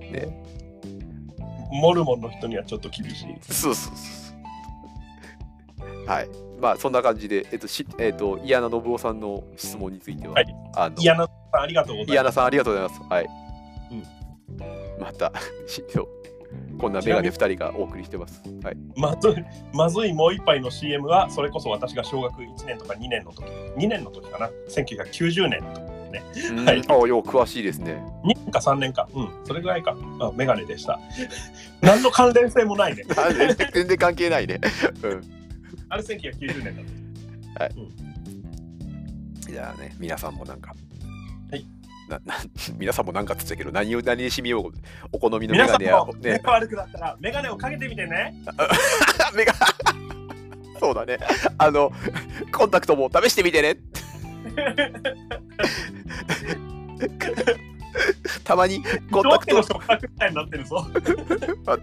S2: ね
S1: モルモンの人にはちょっと厳しい
S2: そうそうそう。はい。まあそんな感じで、えっと、しえっと、イヤナ信夫さんの質問については、
S1: はい
S2: あの、
S1: 嫌なさんありがとうござ
S2: イ
S1: い
S2: ア
S1: ま
S2: ナ
S1: す
S2: さんありがとうございます。はい。また、 [laughs] しそうこんなメガネ2人がお送りしてます。はい。
S1: まずいまずいもう一杯の CM はそれこそ私が小学1年とか2年の時2年の時かな1990年はい
S2: ああ、よう詳しいですね。
S1: 2年か3年か、うん、それぐらいか、あメガネでした。 [laughs] 何の関連性もないね。
S2: あ全然 [laughs] 全然関係ないね。うん。
S1: あれ1990年だった。
S2: じゃあね、皆さんもなんか、
S1: はい
S2: なな皆さんも何かって言ってたけど何を何にしみようお好みのメ
S1: 皆
S2: ガ
S1: さん
S2: ネや
S1: も、目
S2: ね
S1: が悪くなったら、メガネをかけてみてね。
S2: 目がそうだねあのコンタクトも試してみてねたまにコン
S1: どう
S2: タ
S1: っ
S2: ク
S1: ての
S2: ト
S1: 触覚みたいになってるぞ。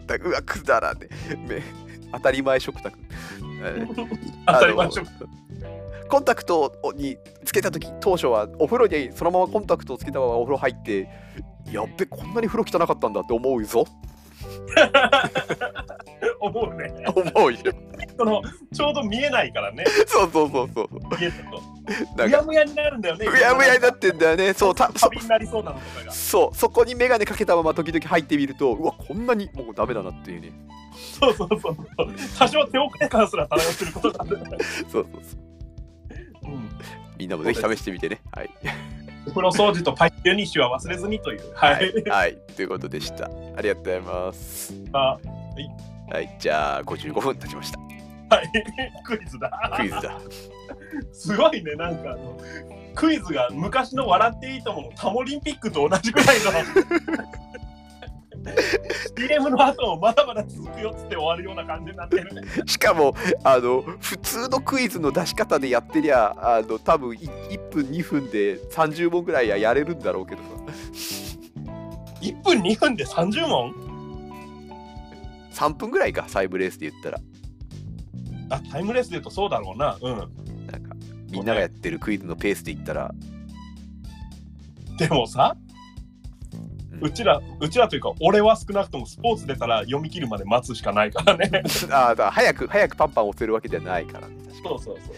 S2: 全くうわくだらねめ当たり前食卓、えー
S1: 当たり前でしょ
S2: あのコンタクトにつけた時当初はお風呂にそのままコンタクトをつけたままお風呂入ってやっべこんなに風呂汚かったんだって思うぞ
S1: 思うね。
S2: 思うよ
S1: その、ちょうど見えないからね。
S2: そうそうそうそう
S1: 見えてると
S2: な
S1: うんや
S2: か
S1: むやになるんだよね。
S2: うやむやになってんだよねそうた
S1: カ
S2: そ
S1: ビになりそうなのとかが。
S2: そうそこに眼鏡かけたまま時々入ってみるとうわこんなにもうダメだなっていうね
S1: そうそうそう。多少手遅れ感すら漂ってることがある。
S2: そうそうそう
S1: うん。
S2: みんなもぜひ試してみてねはい
S1: お風呂掃除とパイユニッシュは忘れずにという。は
S2: はいい。、はい、ということでしたありがとうございます
S1: あ
S2: はいじゃあ55分経ちました
S1: はい。クイズだ。
S2: クイズ [laughs] だ
S1: すごいね、なんかあの、クイズが昔の笑っていいとものタモリンピックと同じぐらいの。CM の後もまだまだ続くよっつって終わるような感じになってるね。
S2: しかもあの普通のクイズの出し方でやってりゃあの多分い1分2分で30問ぐらいはやれるんだろうけどさ
S1: 1分2分で30問
S2: 3分ぐらいかサイブレースで言ったら
S1: あ、タイムレースで言うとそうだろうな。うん。
S2: なんかみんながやってるクイズのペースで言ったら
S1: でもさ、
S2: うん
S1: うちら、うちらというか、俺は少なくともスポーツ出たら読み切るまで待つしかないからね。
S2: [laughs] あーだから早く早くパンパン押せるわけじゃないからね確か
S1: そうそうそ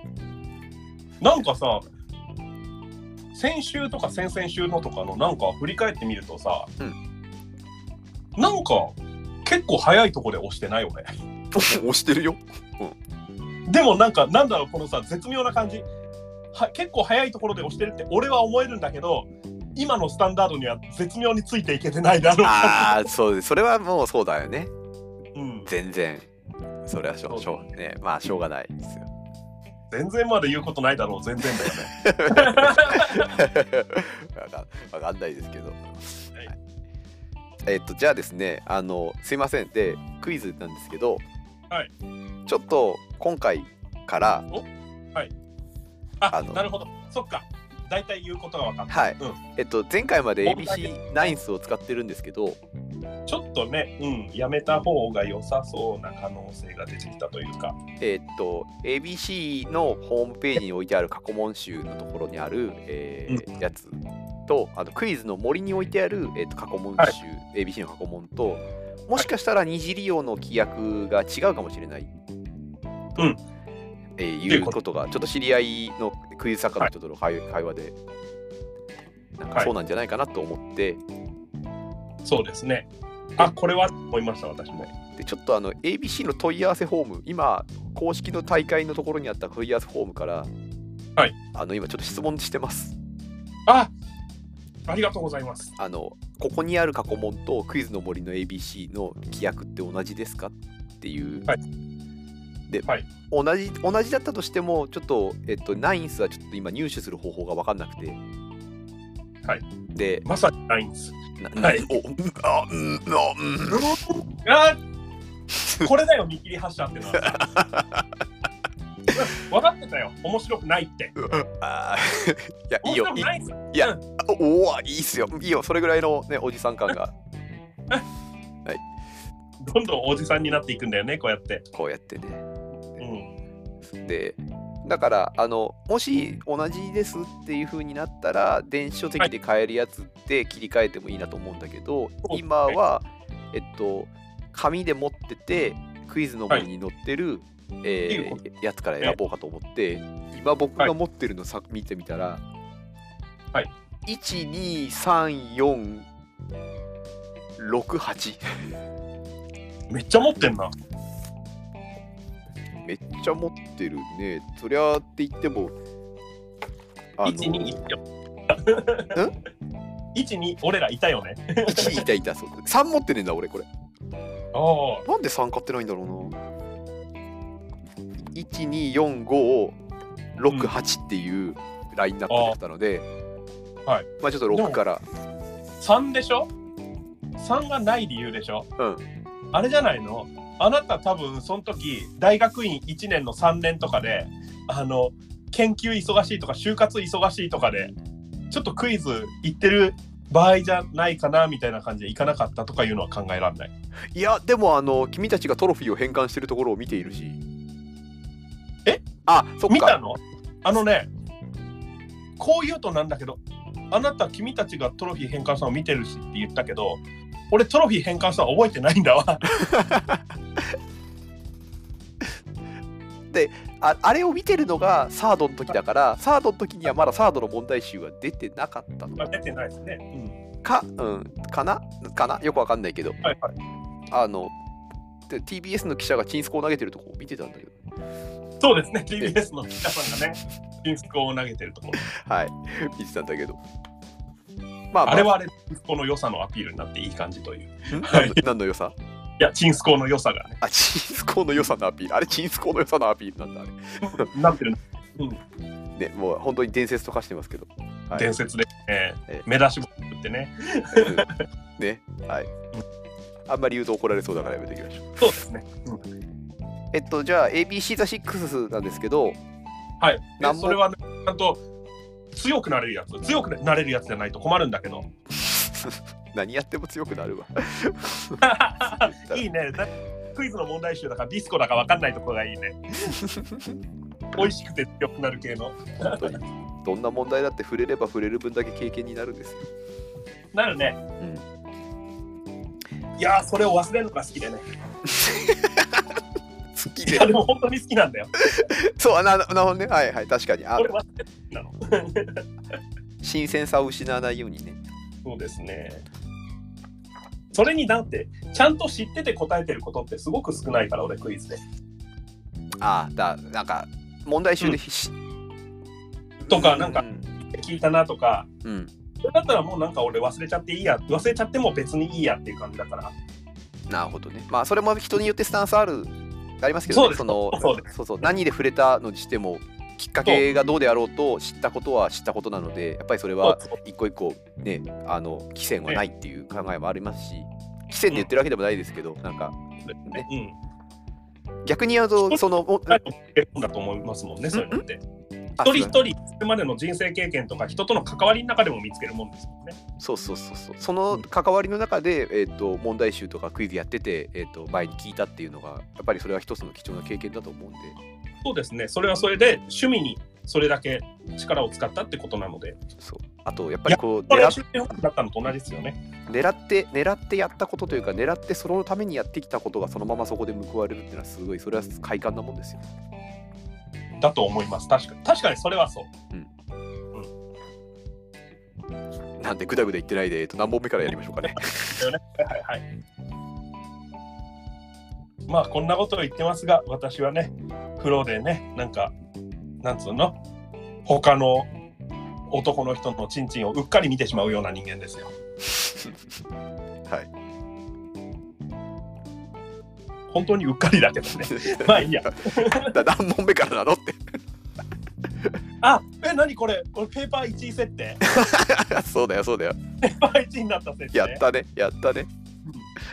S1: うなんかさ先週とか先々週のとかのなんか振り返ってみるとさ、
S2: う
S1: なんか結構早いとこで押してないよね [laughs]
S2: に [laughs] 押してるよ
S1: でもなんかなんだろうこのさ絶妙な感じは結構早いところで押してるって俺は思えるんだけど今のスタンダードには絶妙についていけてないだろう、
S2: ああそうですそれはもうそうだよね
S1: うん、
S2: 全然それはしょうしょうねまあしょうがないです [laughs] よ
S1: 全然まで言うことないだろう全然だよね [laughs]
S2: わかわかんないですけど、はいえっ、とじゃあですねあのすいませんでクイズなんですけど、
S1: はい
S2: ちょっと今回から
S1: あ
S2: あの
S1: なるほどそっか大体言うことが分かった
S2: はい、
S1: うん
S2: えっ、と前回まで
S1: 問題です
S2: ABC ナインスを使ってるんですけど
S1: ちょっとね、うん、やめた方が良さそうな可能性が出てきたというか。
S2: えっ、と ABC のホームページに置いてある過去問集のところにある、えーやつとあとクイズの森に置いてある、えー、と過去問集、
S1: は
S2: ABC の過去問ともしかしたら二次利用の規約が違うかもしれない、
S1: うん
S2: えーいうことがちょっと知り合いのクイズ作家の人との会,、会話でなんか
S1: はい
S2: そうなんじゃないかなと思って
S1: そうですね。あ、これは思いました、私も。
S2: でちょっとあの ABC の問い合わせフォーム今公式の大会のところにあった問い合わせフォームから、
S1: はい
S2: あの今ちょっと質問してます
S1: あありがとうございます。
S2: あのここにある過去問とクイズの森の ABC の規約って同じですかっていう、
S1: はい
S2: で、
S1: はい
S2: 同じ同じだったとしてもちょっと、えっと、ナインスはちょっと今入手する方法が分かんなくて
S1: はい
S2: で
S1: まさにないんです。
S2: な
S1: はい
S2: おうんあうんあうん [laughs]
S1: あこれだよ、見切り発車ってのは。 [laughs] 分かってたよ、面白くないって。
S2: あー [laughs] いやい
S1: 面白
S2: いよ
S1: く
S2: いい
S1: ないんすよ。
S2: おおいいっすよいいよそれぐらいのねおじさん感が
S1: どんどんおじさんになっていくんだよね、こうやって。
S2: こうやってね
S1: うん。
S2: でだからあのもし同じですっていう風になったら電子書籍で買えるやつって切り替えてもいいなと思うんだけど、
S1: はい
S2: 今はえっと紙で持っててクイズの本に載ってる、えーやつから選ぼうかと思って今僕が持ってるのさ、見てみたら、
S1: はい、
S2: 1234686
S1: めっちゃ持ってんな。
S2: めっちゃ持ってるね。そりゃって言っても、あの、
S1: 1、2、いたよ。1、2、俺らいたよね。
S2: 1にいたいたそう。3持 [laughs] ってねえんだ、俺、これ。
S1: あ
S2: なんで3買ってないんだろうな。1、2、4、5、6、8っていうラインナップだったので、
S1: あ。はい
S2: まあちょっと6から
S1: 3でしょ ?3 がない理由でしょ
S2: うん
S1: あれじゃないのあなた多分その時大学院1年の3年とかであの研究忙しいとか就活忙しいとかでちょっとクイズ行ってる場合じゃないかなみたいな感じで行かなかったとかいうのは考えられない。
S2: いやでもあの君たちがトロフィーを返還してるところを見ているし
S1: え
S2: あそっか
S1: 見たのあのねこう言うとなんだけどあなた君たちがトロフィー返還したの見てるしって言ったけど俺トロフィー返還したの覚えてないんだわ。 [laughs]
S2: ああれを見てるのがサードの時だからサードの時にはまだサードの問題集は出てなかったの
S1: 出てないですね。うん
S2: か、うん、かなかなよくわかんないけど
S1: はいはい、
S2: あので TBS の記者がチンスコを投げてるとこを見てたんだけど
S1: そうですね TBS の記者さんがねピンスコを投げてるところ。
S2: はい [laughs] 見てたんだけどまあ、ま
S1: あれはあれ、チンスコの良さのアピールになっていい感じという。い
S2: ん何の何の良さ
S1: や、チンスコの良さがね、
S2: あチンスコの良さのアピールあれチンスコの良さのアピールなんだあれ
S1: なってる
S2: ね、もう本当に伝説とかしてますけど。はい、
S1: 伝説ですね
S2: ええ。
S1: 目出しも作ってね。
S2: うんね、はい。あんまり言うと怒られそうだからやめておきましょう。
S1: そうですね。
S2: えっと、じゃあ ABC ザ6なんですけど、 [laughs]
S1: はい。で
S2: なんも
S1: それはね、ちゃんと強くなれるやつ、強くなれるやつじゃないと困るんだけ
S2: [laughs]
S1: ど。
S2: 何やっても強くなるわ。
S1: いいね。だクイズの問題集だからディスコだか分かんないとこがい
S2: [laughs]
S1: いね。美味しくて強くなる系の。
S2: 本当に。 [laughs] どんな問題だって触れれば触れる分だけ経験になるんですよ。
S1: なるね。いやー、それを忘れるのが好きでね。
S2: 好き
S1: い
S2: で
S1: や、。でも本当に好きなんだよ。
S2: そう、な [laughs] なるほどね。はいはい、確かに。あ
S1: 俺忘れるの好きなの。
S2: 新鮮さを失わないようにね。
S1: そうですね。それにだって、ちゃんと知ってて答えてることってすごく少ないから、俺クイズで。
S2: ああ、だ、なんか、問題集で必死。
S1: とかなんか
S2: うん。
S1: 聞いたなとか、
S2: うん
S1: それだったらもうなんか俺忘れちゃっていいや、忘れちゃっても別にいいやっていう感じだから。
S2: なるほどね。まあそれも人によってスタンスあるありますけど、
S1: そ
S2: ね、
S1: うです
S2: の
S1: そうで
S2: そうそう何で触れたのにしてもきっかけがどうであろうと知ったことは知ったことなのでやっぱりそれは
S1: そう
S2: 一個一個ねあの規制はないっていう考えもありますし規制で言ってるわけでもないですけど、なんか
S1: ですね。うん。
S2: 逆に言うとそのお
S1: はい結婚だと思いますもんね、そういうのって。
S2: あ
S1: 一人一人、それまでの人生経験とか、人との関わりの中でも見つけるもんですもんね。
S2: そうそうそうそうその関わりの中で、えー、と問題集とかクイズやってて、えー、と前に聞いたっていうのがやっぱりそれは一つの貴重な経験だと思うんで
S1: そうですね。それはそれで、趣味にそれだけ力を使ったってことなので、
S2: そうあとやっぱりこう
S1: これ
S2: 狙っ
S1: は趣味本だったのと同じですよね。
S2: 狙って狙ってやったことというか狙ってそのためにやってきたことがそのままそこで報われるっていうのはすごいそれは快感なもんですよ
S1: だと思います。確かに。確かにそれはそう。
S2: なんでグダグダ言ってないで、えっと、何本目からやりましょうか [laughs] ね
S1: はいはい。まあこんなことを言ってますが、私はね、風呂でね、なんか、なんつうの、他の男の人のチンチンをうっかり見てしまうような人間ですよ。
S2: [laughs] はい
S1: 本当にうっかりだけどね。 [laughs] まあいいや。
S2: だ何本目からなのって [laughs]
S1: あえ、何これこれペーパー1位設
S2: [laughs]
S1: 定。
S2: そうだよそうだよ
S1: ペーパー1位になった設定。
S2: やったねやったね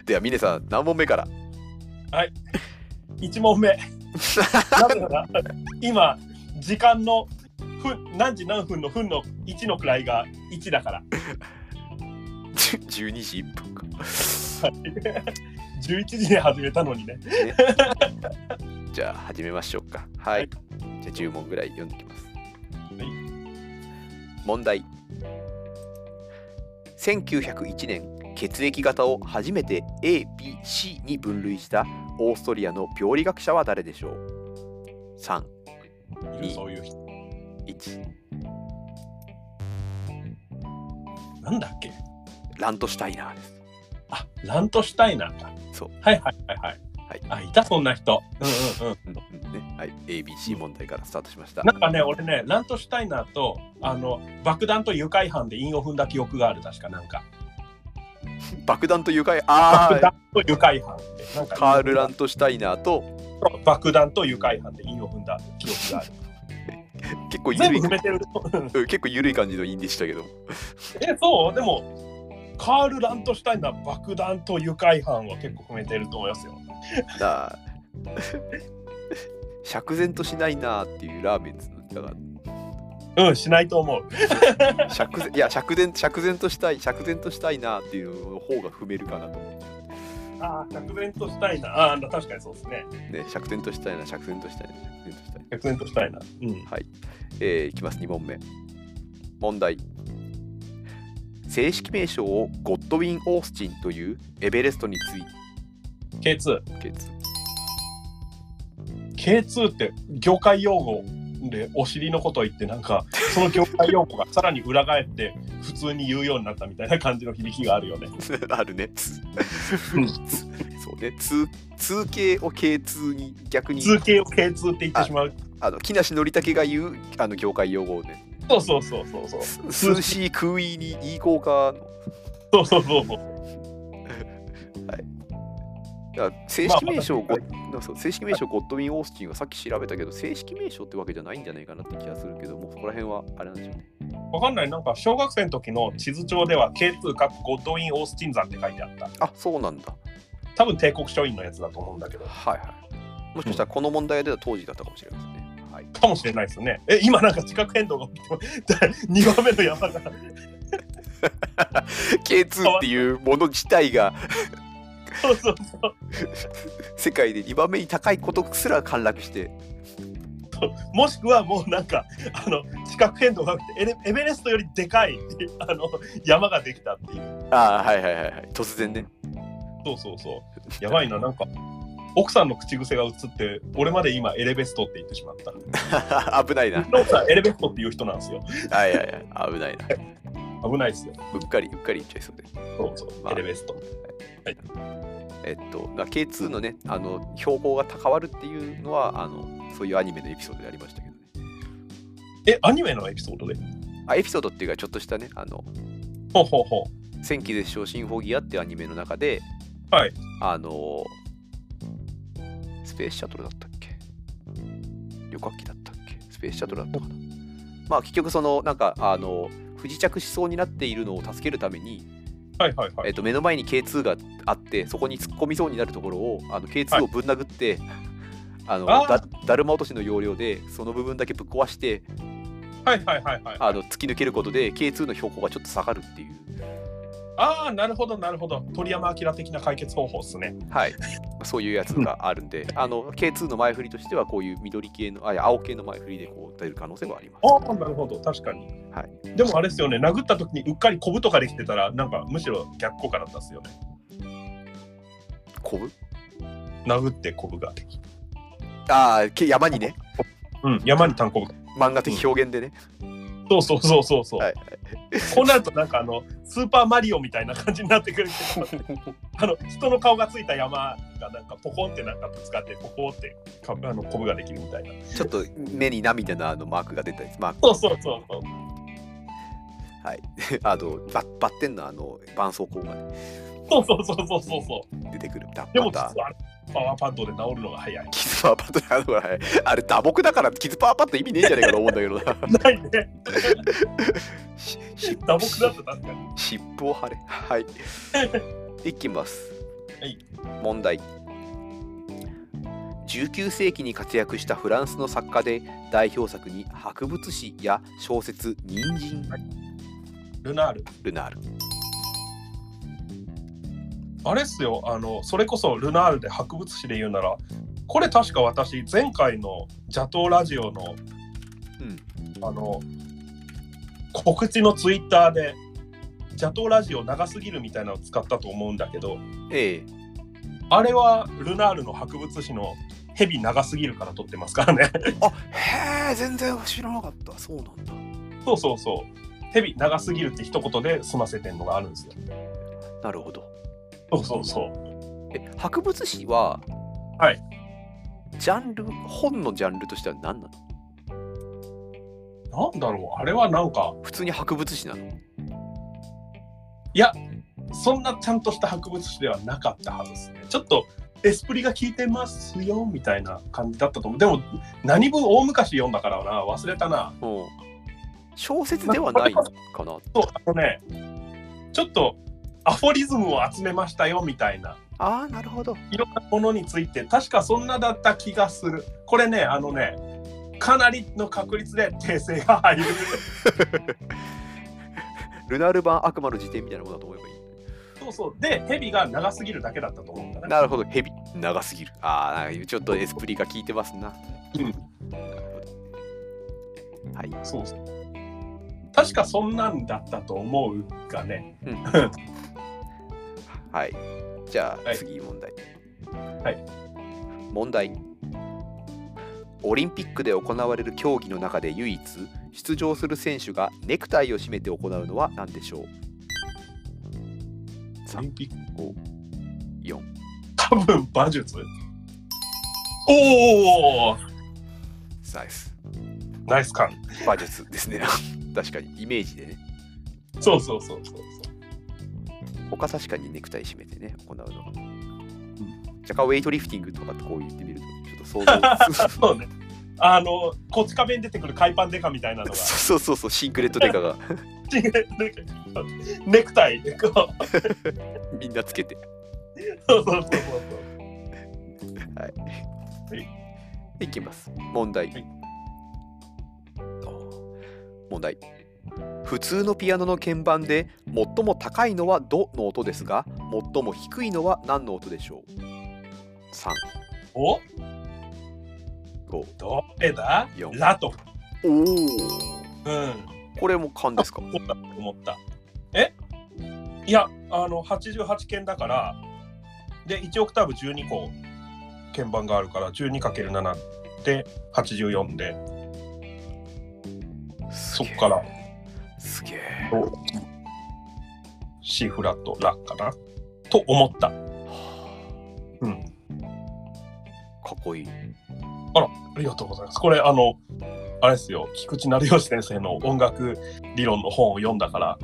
S2: では峰さん何本目から [laughs]
S1: 1問目。なぜな [laughs] ら、今、時間の分何時何分の分の1の位が1だから。
S2: 12時1分か
S1: 11時に始めたのにね。
S2: じゃあ始めましょうかはい、
S1: はい
S2: じゃあ10問ぐらい読んでいきます、
S1: はい
S2: 問題1901年血液型を初めて ABC に分類したオーストリアの病理学者は誰でしょう
S1: いるそういう人。
S2: 311
S1: なんだっけ
S2: ラントシュタイナーです
S1: あ、ラントシュタイナーか。
S2: そう。
S1: はいはいはいはい。あ、いたそんな人。うんうんうん。
S2: うんうんねはい、ABC 問題からスタートしました
S1: なんかね、俺ね、ラントシュタイナーと、あの、爆弾と誘拐犯で韻を踏んだ記憶がある、確かなんか。
S2: 爆弾と誘拐
S1: 爆
S2: あ
S1: 弾と誘拐犯で、なん
S2: あ
S1: か。
S2: カール・ラントシュタイナーと
S1: [laughs] 爆弾と誘拐犯で韻を踏んだ記憶がある。
S2: 結構ゆ
S1: 全
S2: るい
S1: 部埋めてる。 [laughs]
S2: うん結構ゆるい感じの印でしたけど
S1: え、そうでも、カール・ラントシュタインの爆弾と愉快犯は結構埋めてると思いますよ。
S2: なあ釈然としないなあっていうラーメンズだか
S1: うん、しないと思う。
S2: ら釈然いや釈然釈然としたい釈然としたいなあっていう方が踏めるかなと思って
S1: ああ、釈然としたいな。ああ、確かにそうですね。
S2: ね釈然としたいな釈然としたいな釈然としたいな
S1: 釈然としたいな。うん。
S2: えーいきます2問目問題正式名称をゴッドウィン・オースチンというエベレストについ
S1: K2。
S2: て
S1: K2 って業界用語でお尻のことを言ってなんかその業界用語が [laughs] さらに裏返って普通に言うようになったみたいな感じの響きがあるよね。
S2: あるねつ
S1: うん
S2: そうね通通形を系通に逆に
S1: 通形を K2 って言ってしまう。
S2: あの木梨憲武が言うあの業界用語をね
S1: そうそうそうそうそう。
S2: ススーシークイーに言いこうか
S1: そうそうそうそう。
S2: のいや正式名称ゴッそう正式名称ゴッドウィン・オースチンはさっき調べたけど正式名称ってわけじゃないんじゃないかなって気がするけどもうそこら辺はあれなんでしょうね
S1: わかんない。なんか小学生の時の地図帳では K2 かゴッドウィン・オースティン山って書いてあった。
S2: あそうなんだ
S1: 多分帝国書院のやつだと思うんだけど。
S2: はいはい。もしかしたらこの問題では当時だったかもしれませんね。はい、
S1: かもしれないですね。え、今なんか地殻変動が起き [laughs] てます、2番目の山が。
S2: K2 っていうもの自体が
S1: そうそうそう。
S2: 世界で2番目に高いことすら陥落して
S1: もしくはもうなんかあの地殻変動が起きてエレエベレストよりでかい [laughs] あの山ができたっていう
S2: ああはいはいはいはい突然ね
S1: そうそうそうやばい
S2: [laughs]
S1: ななんか奥さんの口癖が映って俺まで今エレベストって言ってしまった
S2: [laughs] 危ないな
S1: うちの奥さんエレベストっていう人なんですよ
S2: はいはいはい危ないな
S1: 危ないですよ
S2: うっかりうっかり言っちゃいそうで
S1: そうそう、
S2: まあ
S1: エレベスト
S2: えっとまあ K2 のねあの標高が高まるっていうのはあのそういうアニメのエピソードでありましたけどね
S1: えアニメのエピソードで
S2: あエピソードっていうかちょっとしたねあの
S1: ほうほうほ
S2: 戦記絶唱新フォギアってアニメの中で、
S1: はい、
S2: あのースペースシャトルだったっけ旅客機だったっけスペースシャトルだったかなまあ結局そのなんかあの不時着しそうになっているのを助けるために、
S1: うはいはいは
S2: えっ
S1: い
S2: と、目の前に K2 があってそこに突っ込みそうになるところをあの K2 をぶん殴って、あの
S1: あー
S2: だだるま落としの要領でその部分だけぶっ壊して
S1: はいはいはいはい
S2: あの突き抜けることで K2 の標高がちょっと下がるっていう
S1: ああなるほどなるほど鳥山明的な解決方法っすね
S2: はい、そういうやつがあるん
S1: [laughs]
S2: で、あの K2 の前振りとしてはこういう緑系のあいや青系の前振りでこう出る可能性もあります。
S1: ああなるほど確かに、
S2: は
S1: でもあれですよね殴った時にうっかりコブとかできてたらなんかむしろ逆効果だったっすよね
S2: こぶ
S1: 殴ってコブができ
S2: ああけ山にね
S1: うん山に単コブ
S2: 漫画的表現でね、
S1: そうそうそうそうそう、
S2: はい
S1: こうなるとなんかあのスーパーマリオみたいな感じになってくるけど
S2: [laughs]
S1: あの人の顔がついた山がなんかポコンってなんかぶつかってポコンってかあのコブができるみたいな
S2: ちょっと目に涙のあのマークが出たりマーク
S1: そうそうそうそう
S2: [laughs] あのバッバッテンのあの絆創膏がね、
S1: そうそうそうそうそうそう
S2: 出てくるダ
S1: でも
S2: ま
S1: 実は
S2: た
S1: あれパワーパッドで治るのが早い
S2: キズパーパッドなのがはいあれ打撲だからキズパーパッド意味ねえんじゃねえかと思うんだけどな
S1: [laughs]
S2: [laughs]
S1: ないね
S2: しし
S1: 打撲だった確かに
S2: 尻尾を張れはいいきます、
S1: はい
S2: 問題19世紀に活躍したフランスの作家で代表作に博物誌や小説「人参
S1: ルナール
S2: ルナール
S1: あれっすよあのそれこそルナールで博物誌で言うならこれ確か私前回の「邪道ラジオの」あの告知のツイッターで「邪道ラジオ長すぎる」みたいなのを使ったと思うんだけど」
S2: ええ
S1: あれはルナールの博物誌の「蛇長すぎる」から撮ってますからね [laughs]
S2: あへえ全然知らなかったそうなんだ
S1: そうそうそう「蛇長すぎる」って一言で済ませてんのがあるんですよ
S2: なるほど
S1: そうそうそう
S2: え博物誌は
S1: はい
S2: ジャンル本のジャンルとしては何なの
S1: なんだろうあれはなんか
S2: 普通に博物誌なの
S1: そんなちゃんとした博物誌ではなかったはずですね。ちょっとエスプリが聞いてますよみたいな感じだったと思う。でも、何分大昔読んだからな、忘れたな。
S2: うん、小説ではないかな
S1: そう、あのね、ちょっとアフォリズムを集めましたよみたいな、
S2: ああなるほど
S1: いろんなものについて、確かそんなだった気がする。これね、あのね、かなりの確率で訂正が入る。
S2: ルナール版悪魔の辞典みたいなものだと思えばいい
S1: そうそう。で、ヘビが長すぎるだけだったと思うんだね。
S2: なるほどヘビ長すぎるああちょっとエスプリが効いてますな
S1: うん
S2: はい
S1: そうそう。確かそんなんだったと思うがね。
S2: はい。じゃあ、
S1: はい
S2: 次問題。
S1: はい。
S2: 問題。オリンピックで行われる競技の中で唯一出場する選手がネクタイを締めて行うのは何でしょう
S1: オリンピック
S2: ?4
S1: 多分馬術おお
S2: ナイス
S1: ナイス感。
S2: 馬術ですね [laughs] 確かにイメージでね
S1: そうそうそうそうそう。
S2: 他確かにネクタイ締めてね行うのが若干ウェイトリフティングとかってこう言ってみるとちょっと想像す
S1: そうね。あの、こち亀に出てくる海パンデカみたいなのが、
S2: そうそうそうシークレットデカが [laughs]
S1: ネクタイ、こう
S2: みんなつけて
S1: そうそうそうそう
S2: いきます。問題。
S1: はい
S2: 問題。普通のピアノの鍵盤で最も高いのはドの音ですが最も低いのは何の音でしょう ?3、
S1: お
S2: 5、
S1: どれだ
S2: 四
S1: ラと。
S2: お
S1: うん。
S2: これも勘ですか
S1: こうだと思った。えいや、あの、88件だから、で、1オクターブ12個鍵盤があるから、12×7 で84で、そ
S2: そ
S1: っから
S2: すげえ。
S1: C フラット、ラかなと思った。うん。
S2: かっこいい。
S1: ありがとうございます。これ、あの、あれですよ、菊池成吉先生の音楽理論の本を読んだから、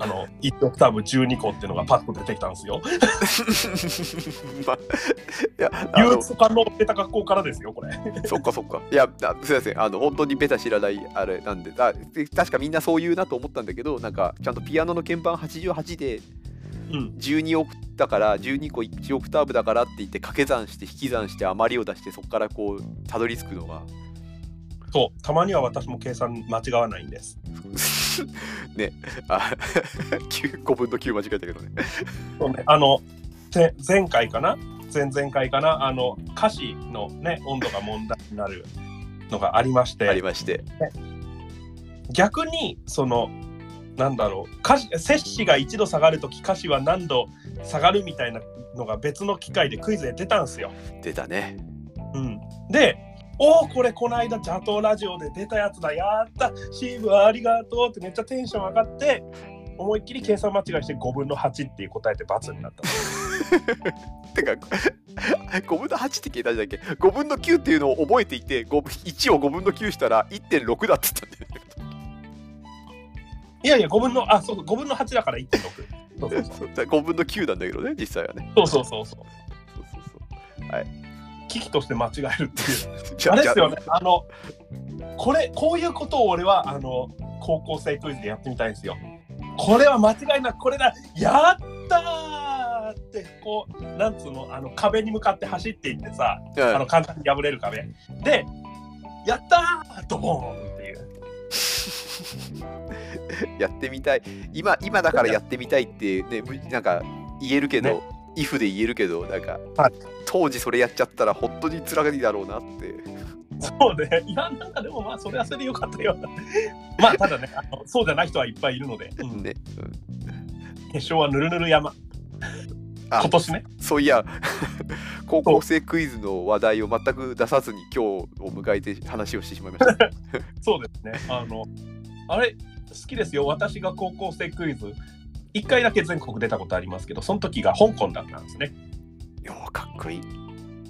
S1: あの、1オクターブ12個っていうのがパッと出てきたんですよ。
S2: [laughs] まあ、いや、あ
S1: 憂
S2: の
S1: 鬱と感動を受けた学校からですよ、これ。
S2: そっかそっか。いや、あすいません。あの、本当にベタ知らないあれなんで、あで確かみんなそう言うなと思ったんだけど、なんか、ちゃんとピアノの鍵盤88で
S1: うん。
S2: 12オクだから、12個1オクターブだからって言って、掛け算して、引き算して、余りを出して、そこからこう、たどり着くのが、 [laughs]
S1: そう、たまには私も計算間違わないんです。
S2: ね、あ [laughs] 9個分の9間違えたけどね。
S1: そうね、あの、ぜ前回かな前々回かなあの、歌詞のね、温度が問題になるのがありまし
S2: あり
S1: て、
S2: まして、
S1: 逆に、その、なんだろう歌詞摂氏が1度下がるとき歌詞は何度下がるみたいなのが別の機会でクイズで出たんですよ。
S2: 出たね。
S1: うん、で「おおこれこの間邪道ラジオで出たやつだやったシーブありがとう」ってめっちゃテンション上がって思いっきり計算間違いして5分の8っていう答えて×になった
S2: てか、5分の8って聞いたんだっけ ?5 分の9っていうのを覚えていて、5 1を5分の9したら1.6だって言ったんだよね。
S1: いやいや5分のあそう5分の8だから1.6そうそうそう
S2: そう5分の9なんだけどね、実際はね。
S1: そうそうそうそう
S2: そうそうそう
S1: 危機として間違える [laughs] っていう
S2: じゃ
S1: あれですよ
S2: じ
S1: ねあのこれこういうことを俺はあの高校生クイズでやってみたいんですよこれは間違いなくこれだやったーってこうなんつうのあの壁に向かって走っていってさ、
S2: ゃあ
S1: あの簡単に破れる壁でやったードボーンっていう
S2: うんやってみたい。今、今だからやってみたいって、ね、むなんか言えるけど、
S1: ね
S2: if で言えるけど、なんか、
S1: はい
S2: 当時それやっちゃったら本当に辛いだろうなって。
S1: そうねいやなんかでもまあそれはそれでよかったよまあただねあのそうじゃない人はいっぱいいるので、うん
S2: ね。うん
S1: 決勝はぬるぬる山
S2: あ
S1: 今年ね
S2: そう
S1: [laughs]
S2: いや、高校生クイズの話題を全く出さずに今日を迎えて話をしてしまいました。
S1: そうですねあのあれ好きですよ私が高校生クイズ1回だけ全国出たことありますけどその時が香港だったんですね
S2: いやかっこいい。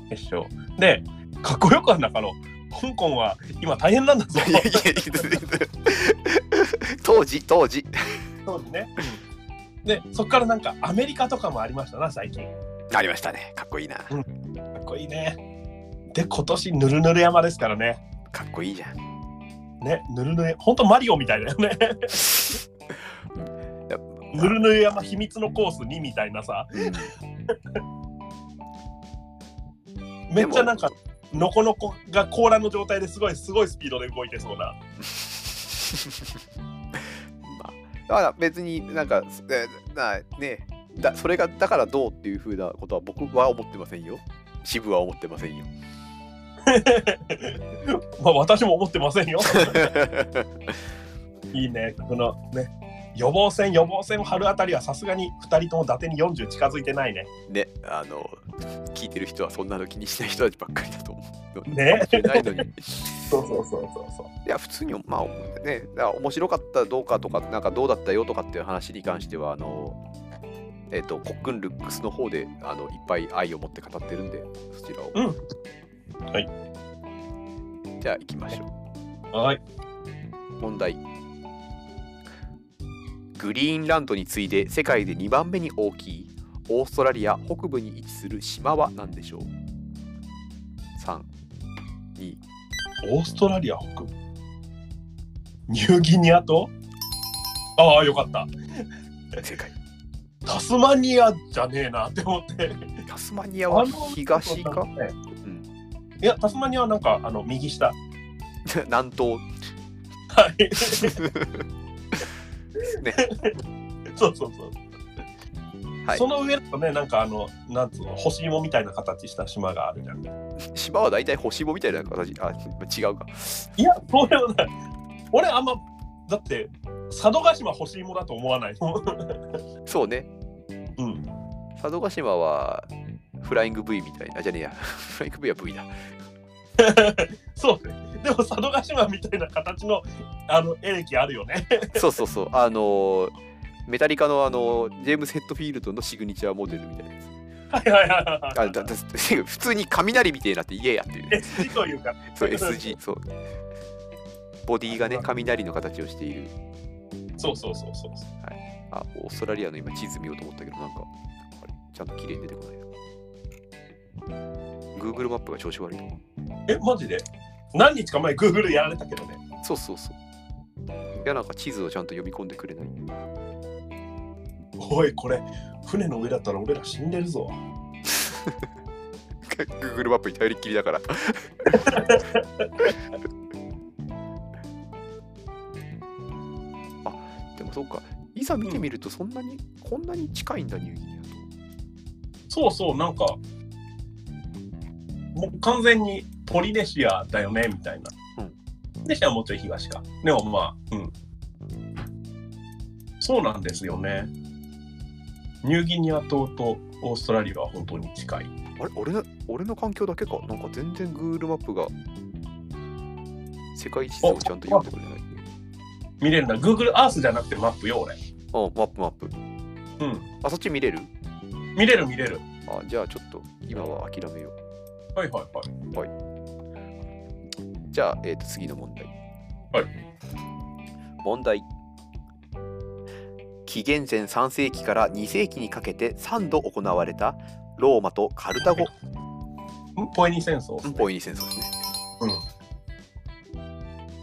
S1: 決勝でかっこよくはなかろう香港は今大変なんだぞ
S2: いやいやいや当時、当時。
S1: そうですね。で、そこからなんかアメリカとかもありましたな、最近。
S2: ありましたねかっこいいなか
S1: かっこいいね。で、今年、ぬるぬる山ですからね。
S2: っこいいじゃん
S1: ね、ぬるぬる、本当マリオみたいだ [laughs] よね。ぬるぬる山秘密のコース2みたいなさ、めっちゃなんか、のこのこが甲羅の状態ですごい、すごいスピードで動いてそうな。
S2: まあ、だから別になんか、すえなねだそれがだからどうっていうふうなことは僕は思ってませんよ。支部は思ってませんよ。
S1: まあ、私も思ってません [laughs] よ。いいね、このね、予防線、予防線を張るあたりはさすがに2人とも伊達に40近づいてないね。
S2: ね、あの、聞いてる人はそんなの気にしない人たちばっかりだと思う。
S1: ね
S2: かもしれないのに。い
S1: そうそうそうそうそう。
S2: や、普通に、まあ、ね、だから面白かったどうかとか、なんかどうだったよとかっていう話に関しては、あの、えっ、と、コックンルックスの方で、あの、いっぱい愛を持って語ってるんで、そちらを。
S1: うんはい。
S2: じゃあ、行きましょう。
S1: はい。
S2: 問題グリーンランドに次いで世界で2番目に大きいオーストラリア北部に位置する島は何でしょう ?32
S1: オーストラリア北部。ニューギニアとああ、よかった。[laughs]
S2: 正解
S1: タスマニアじゃねえなって思って。
S2: タスマニアは東か [laughs]
S1: うんいや、タスマニアはなんか、あの、右下。は
S2: 南東
S1: い。
S2: [laughs] ね
S1: そうそうそう。
S2: はい
S1: その上だとね、なんかあの、なんつうの、干し芋みたいな形した島があるじゃん。
S2: 島は大体星棒みたいな形あ違うか
S1: いや、そうでもない。俺、あんま、だって、佐渡島干し芋だと思わない。 [laughs]
S2: そうね
S1: うん。
S2: 佐渡島はフライング V みたいなあじゃねえや [laughs] フライング V は V だ
S1: そうね。でも、佐渡島みたいな形の、あの、エレキあるよね。
S2: そうそうそう、あのーメタリカのあのージェームス・ヘッドフィールドのシグニチャーモデルみたいなやつ。
S1: はいはいはいはいは
S2: あ
S1: い。
S2: だだ普通に雷みてえなって言えやっていうね。
S1: SG というか、
S2: そう、SG、そう。ボディがね、雷の形をしている。
S1: そうそうそうそう。
S2: あ、オーストラリアの今地図見ようと思ったけど、なんか、あれ、ちゃんと綺麗に出てこないな。Google マップが調子悪いの
S1: え、マジで何日か前、Google やられたけどね。
S2: そうそうそう。いや、なんか地図をちゃんと読み込んでくれない。 [laughs]
S1: おい、これ、船の上だったら俺ら死んでるぞ。
S2: Google マップに頼りっきりだから。あでもそうか、いざ見てみると、そんなに、こんなに近いんだ、ニューギニアと。
S1: そうそう、なんか、もう完全にポリネシアだよね、みたいな。
S2: うん
S1: ポリネシアはもうちょい東か。でもまあ、うん。そうなんですよね。ニューギニア島とオーストラリアは本当に近い。
S2: あれ俺の俺の環境だけか、なんか全然 Google マップが世界地図をちゃんと読んでくれない。
S1: 見れるな、Google Earth じゃなくてマップよ、俺。
S2: あ、マップマップ。
S1: うん。
S2: あ、そっち見れる
S1: 見れる、見れる。
S2: あ、じゃあちょっと今は諦めよう。
S1: はいはいはい。
S2: じゃあ、えー、と次の問題。
S1: はい。
S2: 問題。紀元前3世紀から2世紀にかけて3度行われたローマとカルタゴ
S1: んポエニ戦争。
S2: ポイニ戦争ですね。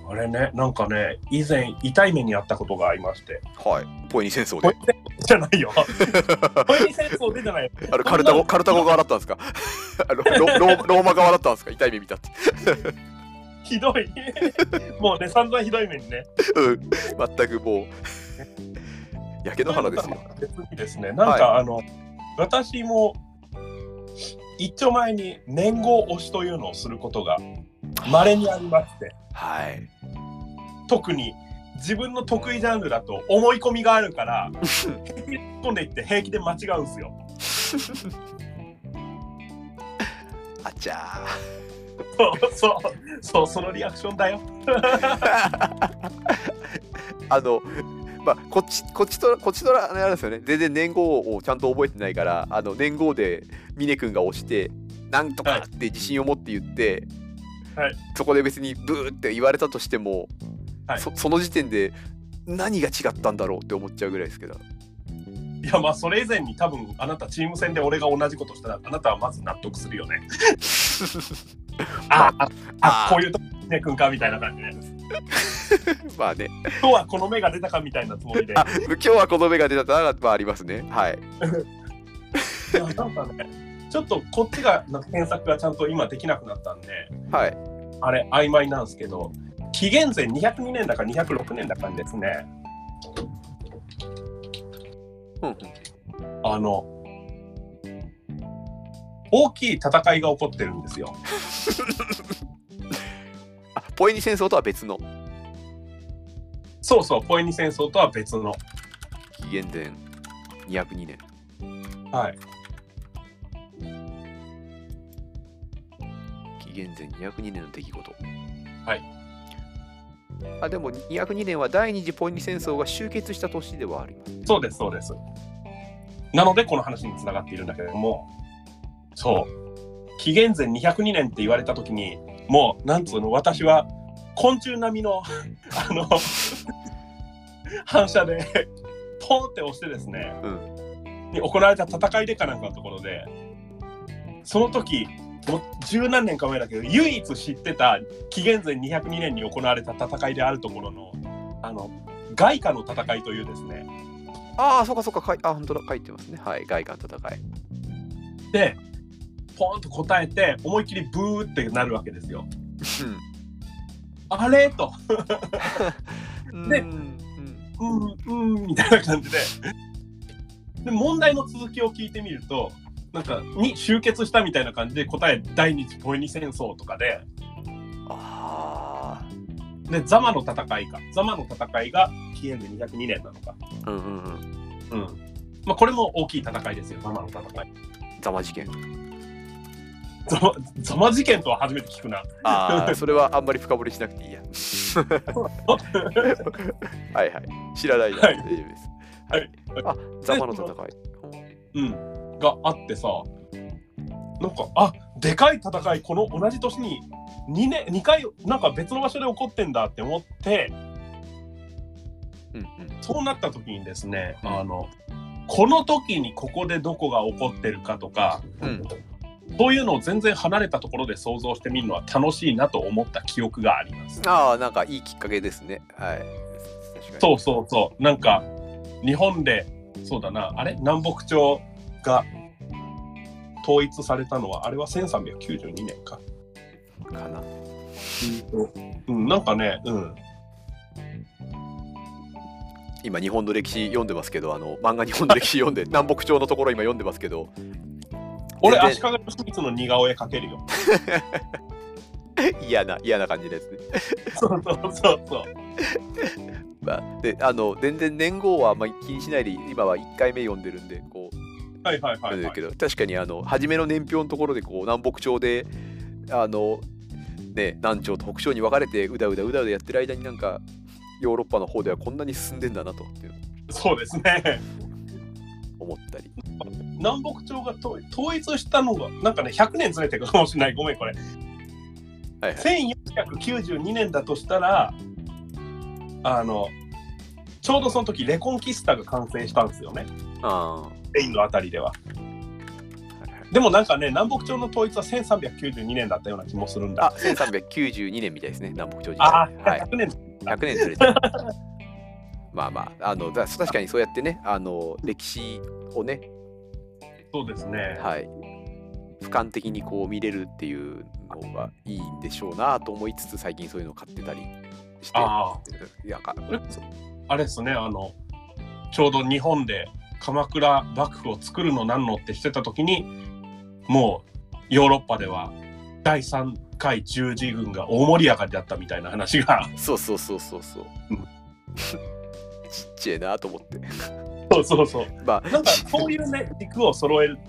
S1: あれね、なんかね、以前痛い目にあったことがありまして。
S2: はい。ポエニ戦争
S1: ポエ
S2: で。
S1: ニ戦争じゃないよ。ポエニ戦争でじゃないよ。
S2: あのカルタゴカルタゴ側だったんですか [laughs] あのロローローマ側だったんですか痛い目見たって。
S1: ひど
S2: [laughs]
S1: い。もうね、散々ひどい目にね。
S2: うん。全くもう。焼け野原ですよ。
S1: 別にですね、なんか、あの、私も、一丁前に年号押しというのをすることが稀にありまして、
S2: はい。
S1: 特に自分の得意ジャンルだと思い込みがある
S2: [laughs]
S1: から、平気で突っ込んでいって平気で間違うんですよ。
S2: あちゃ
S1: [laughs] そう、そう、そう、そのリアクションだよ。
S2: あの、まあ、こっち、こっちとら、こっちとら、あれなんですよね。全然年号をちゃんと覚えてないから、あの、年号で、峰君が押して、なんとかって自信を持って言って、
S1: はい
S2: そこで別にブーって言われたとしても、
S1: はい
S2: そその時点で、何が違ったんだろうって思っちゃうぐらいですけど。
S1: いやまあそれ以前に多分あなたチーム戦で俺が同じことしたらあなたはまず納得するよ [laughs] ね。あああ
S2: あー
S1: こういうとこねくんかみたいな感じで、
S2: [laughs] まあね
S1: 今日はこの目が出たかみたいなつもりで。
S2: あ今日はこの目が出たなまあありますねはい
S1: いやなんかねちょっとこっちがなんか検索がちゃんと今できなくなったんで
S2: はい
S1: あれ曖昧なんですけど紀元前202年だか206年だかにですね
S2: うんうん
S1: あの大きい戦いが起こってるんですよ。
S2: あポエニ戦争とは別の
S1: そうそうポエニ戦争とは別の。
S2: 紀元前202年
S1: はい、
S2: 紀元前202年の出来事
S1: はい
S2: あでも202年は第二次ポエニ戦争が終結した年ではあります
S1: そうですそうです。なのでこの話につながっているんだけれどもそう紀元前202年って言われた時にもうなんつうの私は昆虫並みのあの反射でポンって押してですね、
S2: うん
S1: に行われた戦いでかなんかのところでその時もう十何年か前だけど唯一知ってた紀元前202年に行われた戦いであるところのあの外貨の戦いというですね
S2: ああそうかそうかかいあ本当だ書いてますねはい外観戦い
S1: でポーンと答えて思いっきりブーってなるわけですよ。あれと
S2: うん
S1: で
S2: うん
S1: うんうんみたいな感じでで問題の続きを聞いてみるとなんかに集結したみたいな感じで答え第二次ポエニ戦争とかで
S2: あ
S1: でザマの戦いかザマの戦いが紀元前202年なのか、
S2: あうんうんうん
S1: うんまあ、これも大きい戦いですよザマの戦い
S2: ざま事件
S1: ザマザマ事件とは初めて聞くな
S2: ああそれはあんまり深掘りしなくて [laughs] いいやはいはい知らないな
S1: はい
S2: 大丈夫です
S1: はい
S2: あざまの戦い
S1: うん、があってさなんかあでかい戦いこの同じ年に 2, 年2回なんか別の場所で起こってんだって思って
S2: うんうん
S1: そうなった時にですねあのこの時にここでどこが起こってるかとか、
S2: うん
S1: そういうのを全然離れたところで想像してみるのは楽しいなと思った記憶があります。
S2: ああ、なんかいいきっかけですね。はい。確かに。
S1: そうそうそうなんか日本でそうだなあれ南北朝が統一されたのはあれは1392年か。
S2: かな。
S1: うん、なんかね、うん、
S2: 今、日本の歴史読んでますけど、あの、漫画日本の歴
S1: [laughs]
S2: 史読んで、南北朝のところ今読んでますけど、
S1: 俺、
S2: 全然
S1: 足利義満の似顔絵描けるよ。
S2: 嫌な、嫌な感じですね。
S1: [laughs] そうそうそうそう。
S2: まあ、で、あの、全然年号はあんまり気にしないで、今は1回目読んでるんで、こう、
S1: はいはい
S2: あ
S1: は
S2: れ
S1: い、
S2: だ
S1: はい
S2: け。ど、確かに、あの、初めの年表のところで、こう、南北朝で、あの、ね、南朝と北朝に分かれて、うだうだうだうだやってる間になんか、ヨーロッパの方ではこんなに進んでんだなとっていう
S1: そうですね。
S2: 思ったり。
S1: 南北朝が統統一したのが、なんかね、100年ずれてるかもしれない。ごめん、これ。
S2: はいはい。
S1: 1492年だとしたら、あの、ちょうどその時、レコンキスタが完成したんですよね。
S2: あ
S1: スペインのあたりでは。
S2: あー。はいはい
S1: でもなんかね、南北朝の統一は1392年だったような気もするんだ。
S2: あ、1392年みたいですね、南北朝時代。
S1: ああ、
S2: はい、
S1: 100年。
S2: 100年ずれてる。まあまあ、あのだ確かにそうやってね、あの歴史をね、
S1: そうですね。
S2: はい、俯瞰的にこう見れるっていうのがいいんでしょうなと思いつつ、最近そういうのを買ってたりして。
S1: ああ。
S2: いやか
S1: あれですねあのちょうど日本で鎌倉幕府を作るのなんのってしてた時にもうヨーロッパでは第3回十字軍が大盛り上がりだったみたいな話が
S2: そうそうそうそうそう
S1: うん。
S2: ちっちゃいなと思って。
S1: そうそうそう
S2: ま
S1: [laughs]
S2: あ、
S1: なんかそういうね軸を揃える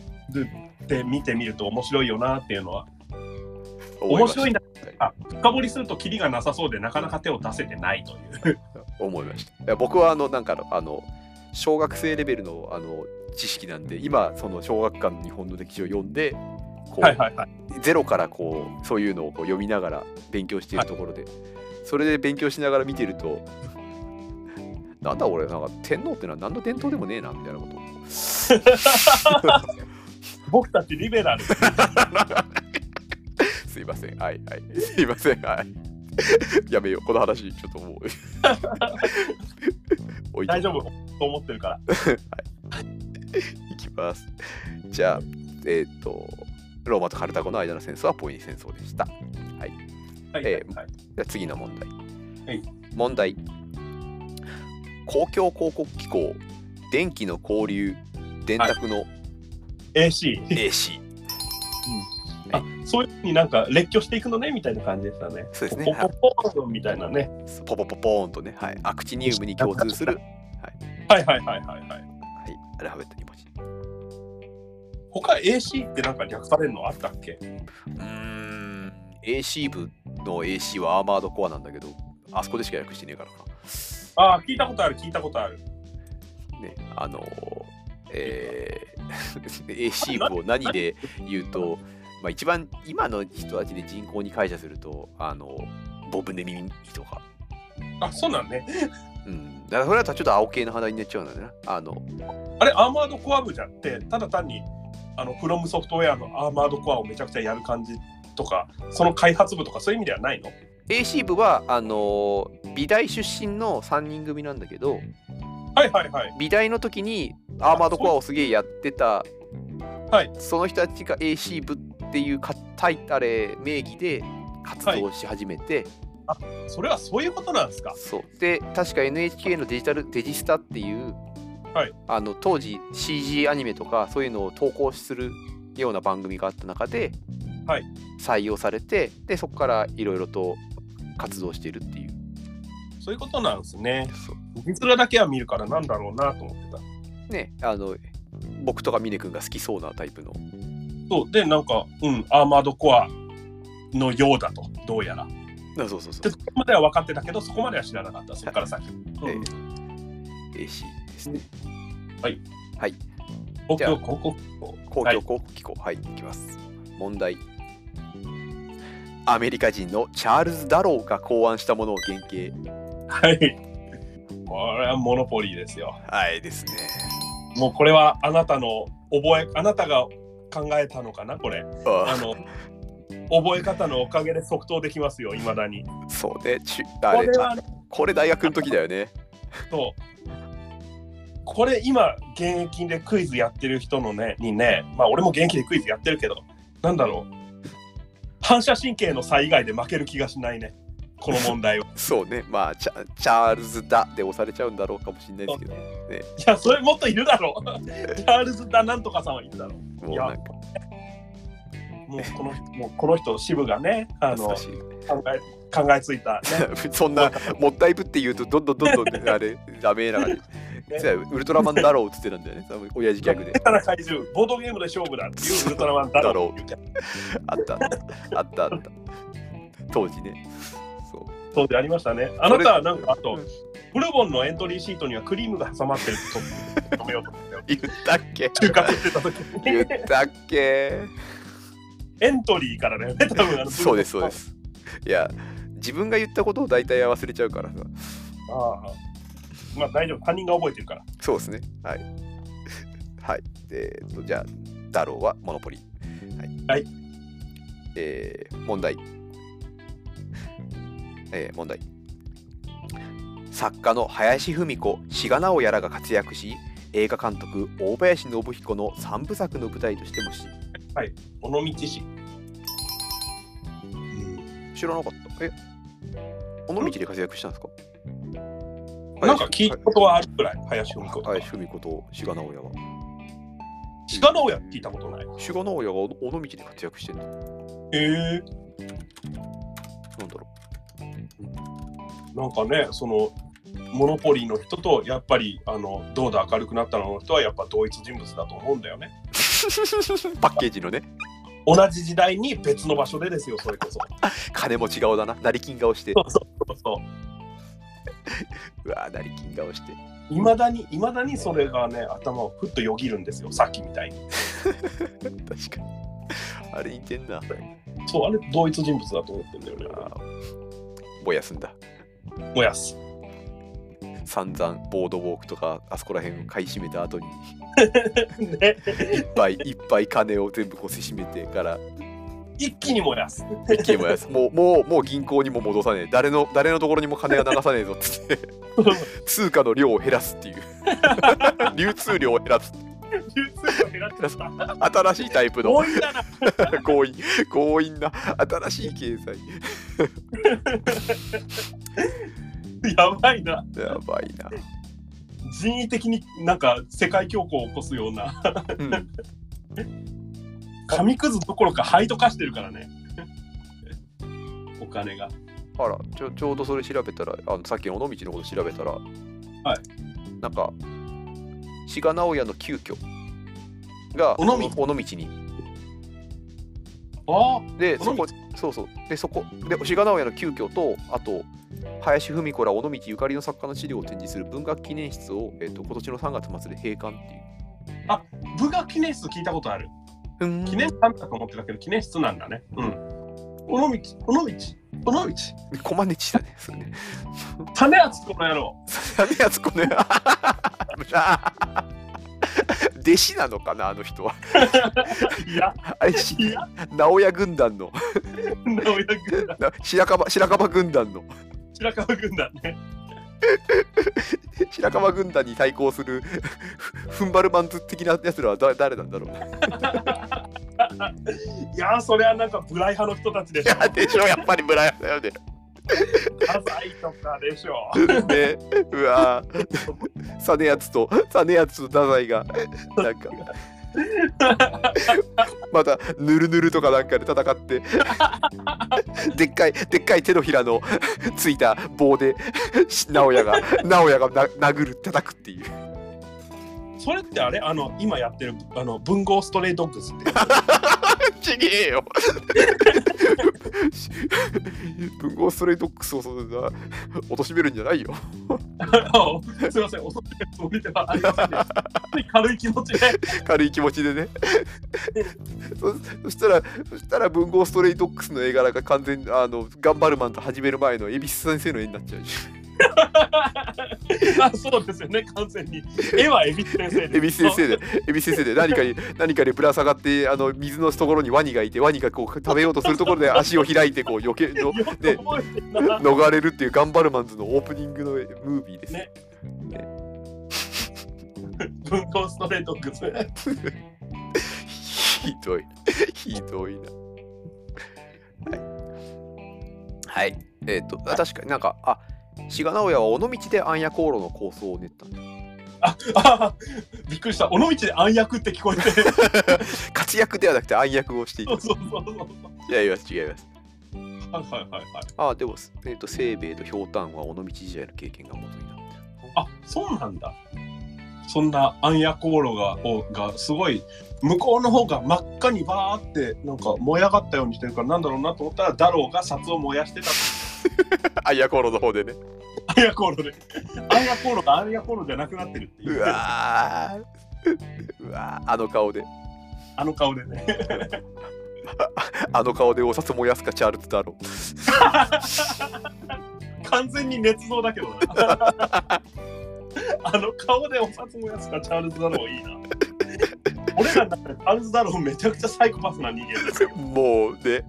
S1: って見てみると面白いよなっていうのは面白いなあ深掘りするとキリがなさそうでなかなか手を出せてないという
S2: 思いましたいや僕はあのなんかあの小学生レベルのあの知識なんで今その小学館の日本の歴史を読んでこう、
S1: はいはいはい
S2: ゼロからこうそういうのをこう読みながら勉強しているところで、それで勉強しながら見てると [laughs] なんだ俺なんか天皇ってのは何の伝統でもねえなみたいなことを
S1: 僕たちリベラル。
S2: すいませんはいはいすいませんはいやめようこの話ちょっ
S1: [laughs]
S2: ともう置いて
S1: 大丈夫と思ってるから。
S2: いきますじゃあえっ、とローマとカルタゴの間の戦争はポイニ戦争でした
S1: はい
S2: えー
S1: はい
S2: じゃあ次の問題。
S1: はい
S2: 問題。公共広告機構、電気の交流、電卓の
S1: AC。
S2: AC。
S1: あそういうふうになんか列挙していくのねみたいな感じでしたね。
S2: そうですね
S1: ポポポポーンみたいなね。
S2: ポポポポーンとね、はい、アクチニウムに共通する、は
S1: はいはいはいはいはい。
S2: い、アルファベット2文字。
S1: 他 AC ってなんか略されるのあったっけ
S2: うーん、AC 部の AC はアーマードコアなんだけど、あそこでしか訳してねえから
S1: ああ、聞いたことある聞いたことある。
S2: な。ね、あのーえ
S1: [laughs]
S2: ー AC 部を何で言うと、まあ、一番今の人たちで人口に解釈すると、あのボブネミミとか、
S1: あそうなんね。
S2: うん、だからそれだとちょっと青系の肌になっちゃうんだよね。あの、
S1: あれ、アーマードコア部じゃんって、ただ単にあのフロムソフトウェアのアーマードコアをめちゃくちゃやる感じとか、その開発部とかそういう意味ではないの
S2: AC 部は、あの、美大出身の3人組なんだけど、
S1: はいはいはい。
S2: 美大の時にアーマードコアをすげえやってた、
S1: はい
S2: その人たちが AC 部っていうか、たいあれ、名義で活動し始めて、
S1: それはそういうことなんですか。
S2: そう。で、確か NHK のデジタル、デジスタっていう、
S1: はい
S2: あの当時 CG アニメとかそういうのを投稿するような番組があった中で、
S1: はい
S2: 採用されてでそこからいろいろと活動しているっていう
S1: そういうことなんですね。
S2: そ
S1: 字面だけは見るからなんだろうなと思ってた。
S2: うねあの僕とか峰君が好きそうなタイプの
S1: そうでなんかうんアーマードコアのようだとどうやら
S2: あそうそうそ
S1: で
S2: う
S1: そこまでは分かってたけどそこまでは知らなかったそこから先、うん
S2: ええ AC ですね
S1: 公
S2: じゃあ
S1: 共広告
S2: 公共
S1: はい
S2: 広告機構はい、い、きます問題アメリカ人のチャールズ・ダローが考案したものを原型
S1: はいこれはモノポリーですよ
S2: はいですね
S1: もうこれはあなたの覚えあなたが考えたのかなこれあ
S2: あ [laughs]
S1: の覚え方のおかげで即答できますよいまだに
S2: そうねちゅあ
S1: こ
S2: れ
S1: れは
S2: これ大学の時だよね
S1: とこれ今現役でクイズやってる人のねにねまあ俺も現役でクイズやってるけどなんだろう反射神経の差以外で負ける気がしないねこの問題は [laughs]
S2: そうね、まあチャ、チャールズだで押されちゃうんだろうかもしれないですけど、
S1: いやそれもっといるだろうチャールズ・ダなんとかさんはいるだろう
S2: もう
S1: いや
S2: なんか
S1: もうこのもうこの人支部がねあの
S2: 懐
S1: 考
S2: かしい。
S1: え考えついた、ね、
S2: [laughs] そんな、もったいぶって言うと、どんどんどんどんね、あれ、ダメながら、そうやウルトラマンだろうっつってなんだよね、多分親父ギャグで
S1: 下。手な怪獣ボードゲームで勝負だっていうウルトラマンだろうって言って
S2: あった、あった、あった。当時ね。そう
S1: 当時ありましたねあなたはなんかあ
S2: う
S1: と
S2: ん
S1: ブルボンのエントリーシートにはクリームが挟まってると止めようと思ったよ
S2: 言ったっけ
S1: 就活してた時
S2: 言
S1: に
S2: ったっけ
S1: エントリーからだよね多分あの
S2: そうです、そうです。いや、自分が言ったことを大体忘れちゃうからさ。
S1: ああまあ大丈夫他人が覚えてるから
S2: そうですね。はい。 [laughs] はい。えー、と、じゃあ、ダローはモノポリー。
S1: はい。
S2: えー、問題。えー、問題。作家の林芙美子、志賀直哉らが活躍し、映画監督、大林信彦の三部作の舞台としてもし
S1: 尾道市
S2: 知らなかった。え尾道で活躍したんですか
S1: なんか聞いたことはあるくらい林文子とか
S2: 林芙美子と志賀直哉は。
S1: 志賀直哉聞いたことない
S2: 志賀直哉が尾尾道で活躍してんの
S1: へえ
S2: なんだろう
S1: なんかねそのモノポリーの人とやっぱりあのどうだ明るくなったのの人はやっぱ同一人物だと思うんだよね
S2: [laughs] パッケージのね
S1: 同じ時代に別の場所でですよそれこそ
S2: 金持ち顔だな成金顔して
S1: そうそうそう
S2: うわー成金顔して
S1: いまだにいまだにそれがね頭をふっとよぎるんですよさっきみたいに
S2: 確かにあれ似てんな
S1: そうあれ同一人物だと思ってんだよね
S2: あーぼやすんだ
S1: 燃やす。
S2: 散々ボードウォークとかあそこら辺を買い占めた後に
S1: [laughs] ね、
S2: いっ
S1: [laughs]
S2: ぱいいっぱい金を全部こうせしめてから
S1: 一気に燃やす。
S2: 一気に燃やすもうもうもう銀行にも戻さねえ誰の誰のところにも金は流
S1: [laughs]
S2: さねえぞっつって通貨の量を減らすっていう流通量を減らす
S1: 流通量減らっちゃ [laughs] った。
S2: 新しいタイプの
S1: 強引だな。
S2: 強引強引な新しい経済
S1: やばいな。
S2: やばいな、
S1: 人為的になんか世界恐慌を起こすような。
S2: うん
S1: 紙くずどころか灰と化してるからね。お金が。
S2: あらちょちょうどそれ調べたらあのさっきの尾道のこと調べたらはいなんか志賀直哉の急遽が
S1: 尾道
S2: 尾道に
S1: ああ、
S2: で
S1: 尾道
S2: そこそうそうでそこで志賀直哉の急遽とあと林芙美子ら尾道ゆかりの作家の資料を展示する文学記念室を、えっと今年の3月末で閉館っていう
S1: 部が記念室聞いたことある。
S2: ふん
S1: 記念館だと思ってたけど、記念室なんだね。うん。尾道、尾道、尾道、
S2: コマネチだね [laughs] それね
S1: 種やつこの野郎。
S2: ダメやつ [laughs] このや弟子なのかなあの人はい
S1: や、
S2: あれし
S1: いや、
S2: 直哉軍団の
S1: 直哉軍団、
S2: な白樺白樺軍団の
S1: 白川軍団ね。
S2: 白樺軍団に対抗するふんばるマンズ的なやつらはだ誰なんだろう
S1: いやー、それはなんか、ブライ派の人たちでしょ。
S2: でしょやっぱり村山だよね。
S1: サザイとかでしょ。
S2: ねうわぁサネやつとサネやつとダザイがなんかまたぬるぬるとかなんかで戦ってでっかいでっかい手のひらのついた棒でし直哉が直哉がな殴る叩くっていう
S1: それってあれあの、今やってる、あの、文豪ストレイドッグスって。
S2: ちげえよ文豪ストレイドックスをそんな貶めるんじゃないよ
S1: すいません、恐れてりではありませんでした。つい軽い気持ちで。
S2: 軽い気持ちでねそそしたらそしたら文豪ストレイドックスの絵柄が完全にあの頑張るマンと始める前の蛭子先生の絵になっちゃうし
S1: あそうですよね、完全に。絵はエビス先生です。
S2: 蛭子先生 [laughs] で蛭子先生で何かに何かにぶら下がってあの水のところにワニがいてワニがこう食べようとするところで足を開いてこう避けの
S1: よく [laughs]
S2: で
S1: 覚えてんな
S2: 逃れるっていう頑張るマンズのオープニングのムービーです、
S1: ね文豪ストレートグズ。
S2: ひどい。ひどいな。はい。はい。えっ、と、あ確かになんか、あ志賀直哉は尾道で暗夜航路の構想を練ったんだ。
S1: ああびっくりした。尾道で暗躍って聞こえて。そう
S2: 活躍ではなくて暗躍を [laughs] していた。
S1: そうそうそう。
S2: 違います、違います。
S1: はいはいはいはい。
S2: あでも、えっ、と、清兵衛とひょうたんは尾道時代の経験が元になってる。
S1: あそうなんだ。そんな暗夜航路がをがすごい向こうの方が真っ赤にバーってなんか燃え上がったようにしてるからなんだろうなと思ったらだろうが札を燃やしてた
S2: [laughs] 暗夜航路の方でね。
S1: [laughs] 暗夜航路で暗夜航路が暗夜航路じゃなくなってるっていうう
S2: わー。うわーあの顔で
S1: あの顔でね
S2: あの顔でお札燃やすかチャールズだろ
S1: 完全に捏造だけど [laughs] なあの顔でお札燃やすかチャールズ・ダローいいな俺らの中でチャールズ・ダローめちゃくちゃサイコパスな人間ですよ
S2: うもうね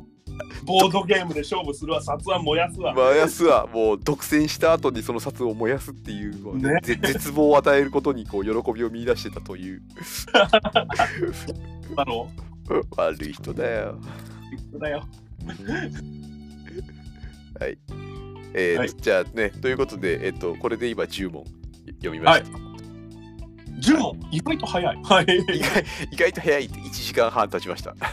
S1: ボードゲームで勝負するわ札は燃やすわ
S2: 燃やすはもう独占した後にその札を燃やすっていうこうね
S1: ね
S2: ぜ絶望を与えることにこう喜びを見出してたという
S1: [laughs] ダロ
S2: 悪い人だよ。
S1: ーだよ
S2: えー
S1: はい
S2: じゃあねということで、えっとこれで今10問読みました、
S1: 10問意外と早いはい
S2: 意外意外と早いって1時間半経ちました。 [laughs]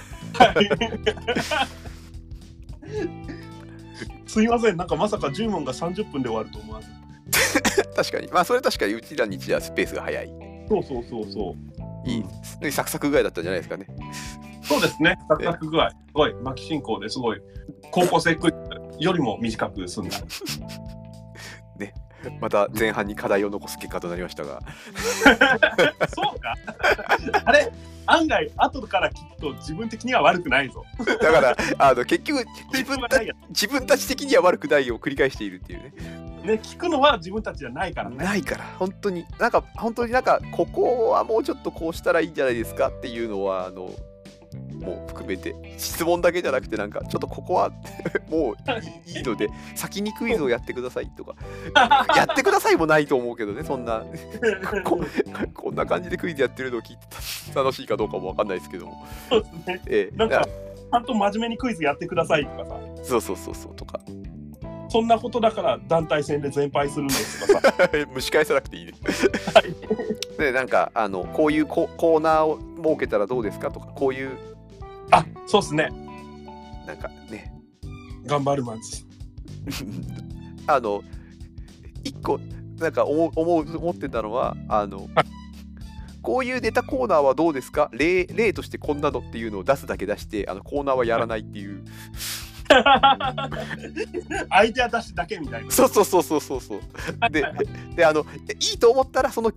S1: すいませんなんかまさか10問が30分で終わると思わず
S2: 確かにまあそれは確かにうちらにしてはスペースが早い。
S1: そうそうそうそう
S2: いいでサクサク具合だったんじゃないですかね。
S1: そうですね錯覚具合すごい巻き進行ですごい高校生クイズよりも短く済んだ
S2: また前半に課題を残す結果となりましたが
S1: そうか。あれ、案外、後から聞くと自分的には悪くないぞ。
S2: だからあの結局自
S1: 自
S2: 分
S1: 分が
S2: た
S1: ないや
S2: 自分たち的には悪くないを繰り返しているっていうね。
S1: ね、聞くのは自分たちじゃないからね。
S2: ないから本当になんか本当になんかここはもうちょっとこうしたらいいんじゃないですかっていうのはあのもう含めて質問だけじゃなくてなんかちょっとここは [laughs] もういいので先にクイズをやってください
S1: [laughs]
S2: とかやってくださいもないと思うけどねそんなここんな感じでクイズやってるのを聞いてた楽しいかどうかもわかんないですけども、
S1: そうですね。
S2: ええ
S1: なんかちゃんと真面目にクイズやってくださいとかさ、
S2: そうそうそうそうとか
S1: そんなことだから団体戦で全敗するんですとかさ、
S2: [laughs] 蒸し返さなくていいね。でなんかあのこういうココーナーを設けたらどうですかとかこういう
S1: あそうっすね、
S2: なんかね [laughs]
S1: 頑張るマンズ。
S2: あの一個なんか思う思う思ってたのはあのこういうネタコーナーはどうですか例例としてこんなのっていうのを出すだけ出してあのコーナーはやらないっていう
S1: アイデア出しだけみたいな。
S2: そうそうそうそうそうそうでであのいいと思ったらそのい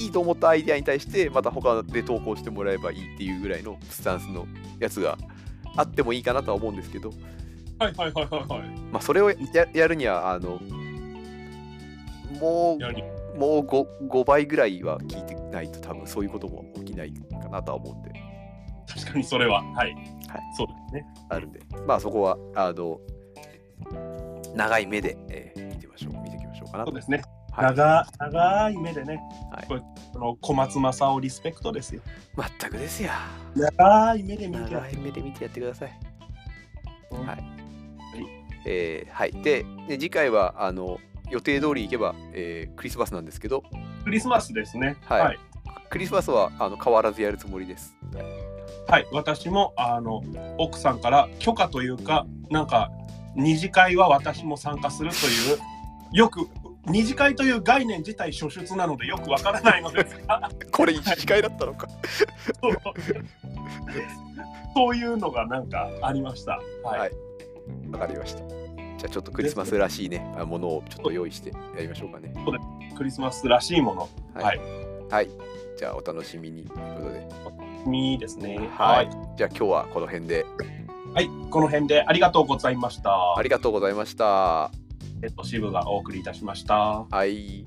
S2: いいいと思ったアイデアに対してまた他で投稿してもらえばいいっていうぐらいのスタンスのやつがあってもいいかなとは思うんですけど
S1: はいはいはいはいはい。
S2: まあそれをややるにはあのもう
S1: やり
S2: もう 5, 5倍ぐらいは聞いてないと多分そういうことも起きないかなとは思うんで
S1: 確かにそれは、はい。そうですね。
S2: あるんでまあそこはあの長い目で、えー見てみましょう見ていきましょうかな
S1: そう
S2: と
S1: ですね。
S2: はい
S1: 長長い目でね、
S2: はい
S1: これこの小松政夫リスペクトですよ。
S2: 全くですよ
S1: 長い目で見て
S2: 長い目で見てやってください
S1: うん
S2: はいえーはいでで次回はあの予定通り行けば、えークリスマスなんですけど
S1: クリスマスですね。
S2: はい
S1: はい。
S2: クリスマスはあの変わらずやるつもりです
S1: はい私もあの奥さんから許可というか、なんか二次会は私も参加するという、よく二次会という概念自体初出なのでよくわからないのですが、
S2: これ一次会だったのか
S1: そう [laughs] そういうのがなんかありました。はい。
S2: はいわかりましたじゃあちょっとクリスマスらしいねあものをちょっと用意してやりましょうかね
S1: クリスマスらしいもの、
S2: は
S1: はいい。
S2: はい。じゃあお楽しみにということで。
S1: みーですね。
S2: はい。じゃあ今日はこの辺で
S1: はい、この辺でありがとうございました。
S2: ありがとうございました。
S1: えっと、シブがお送りいたしました。
S2: はい。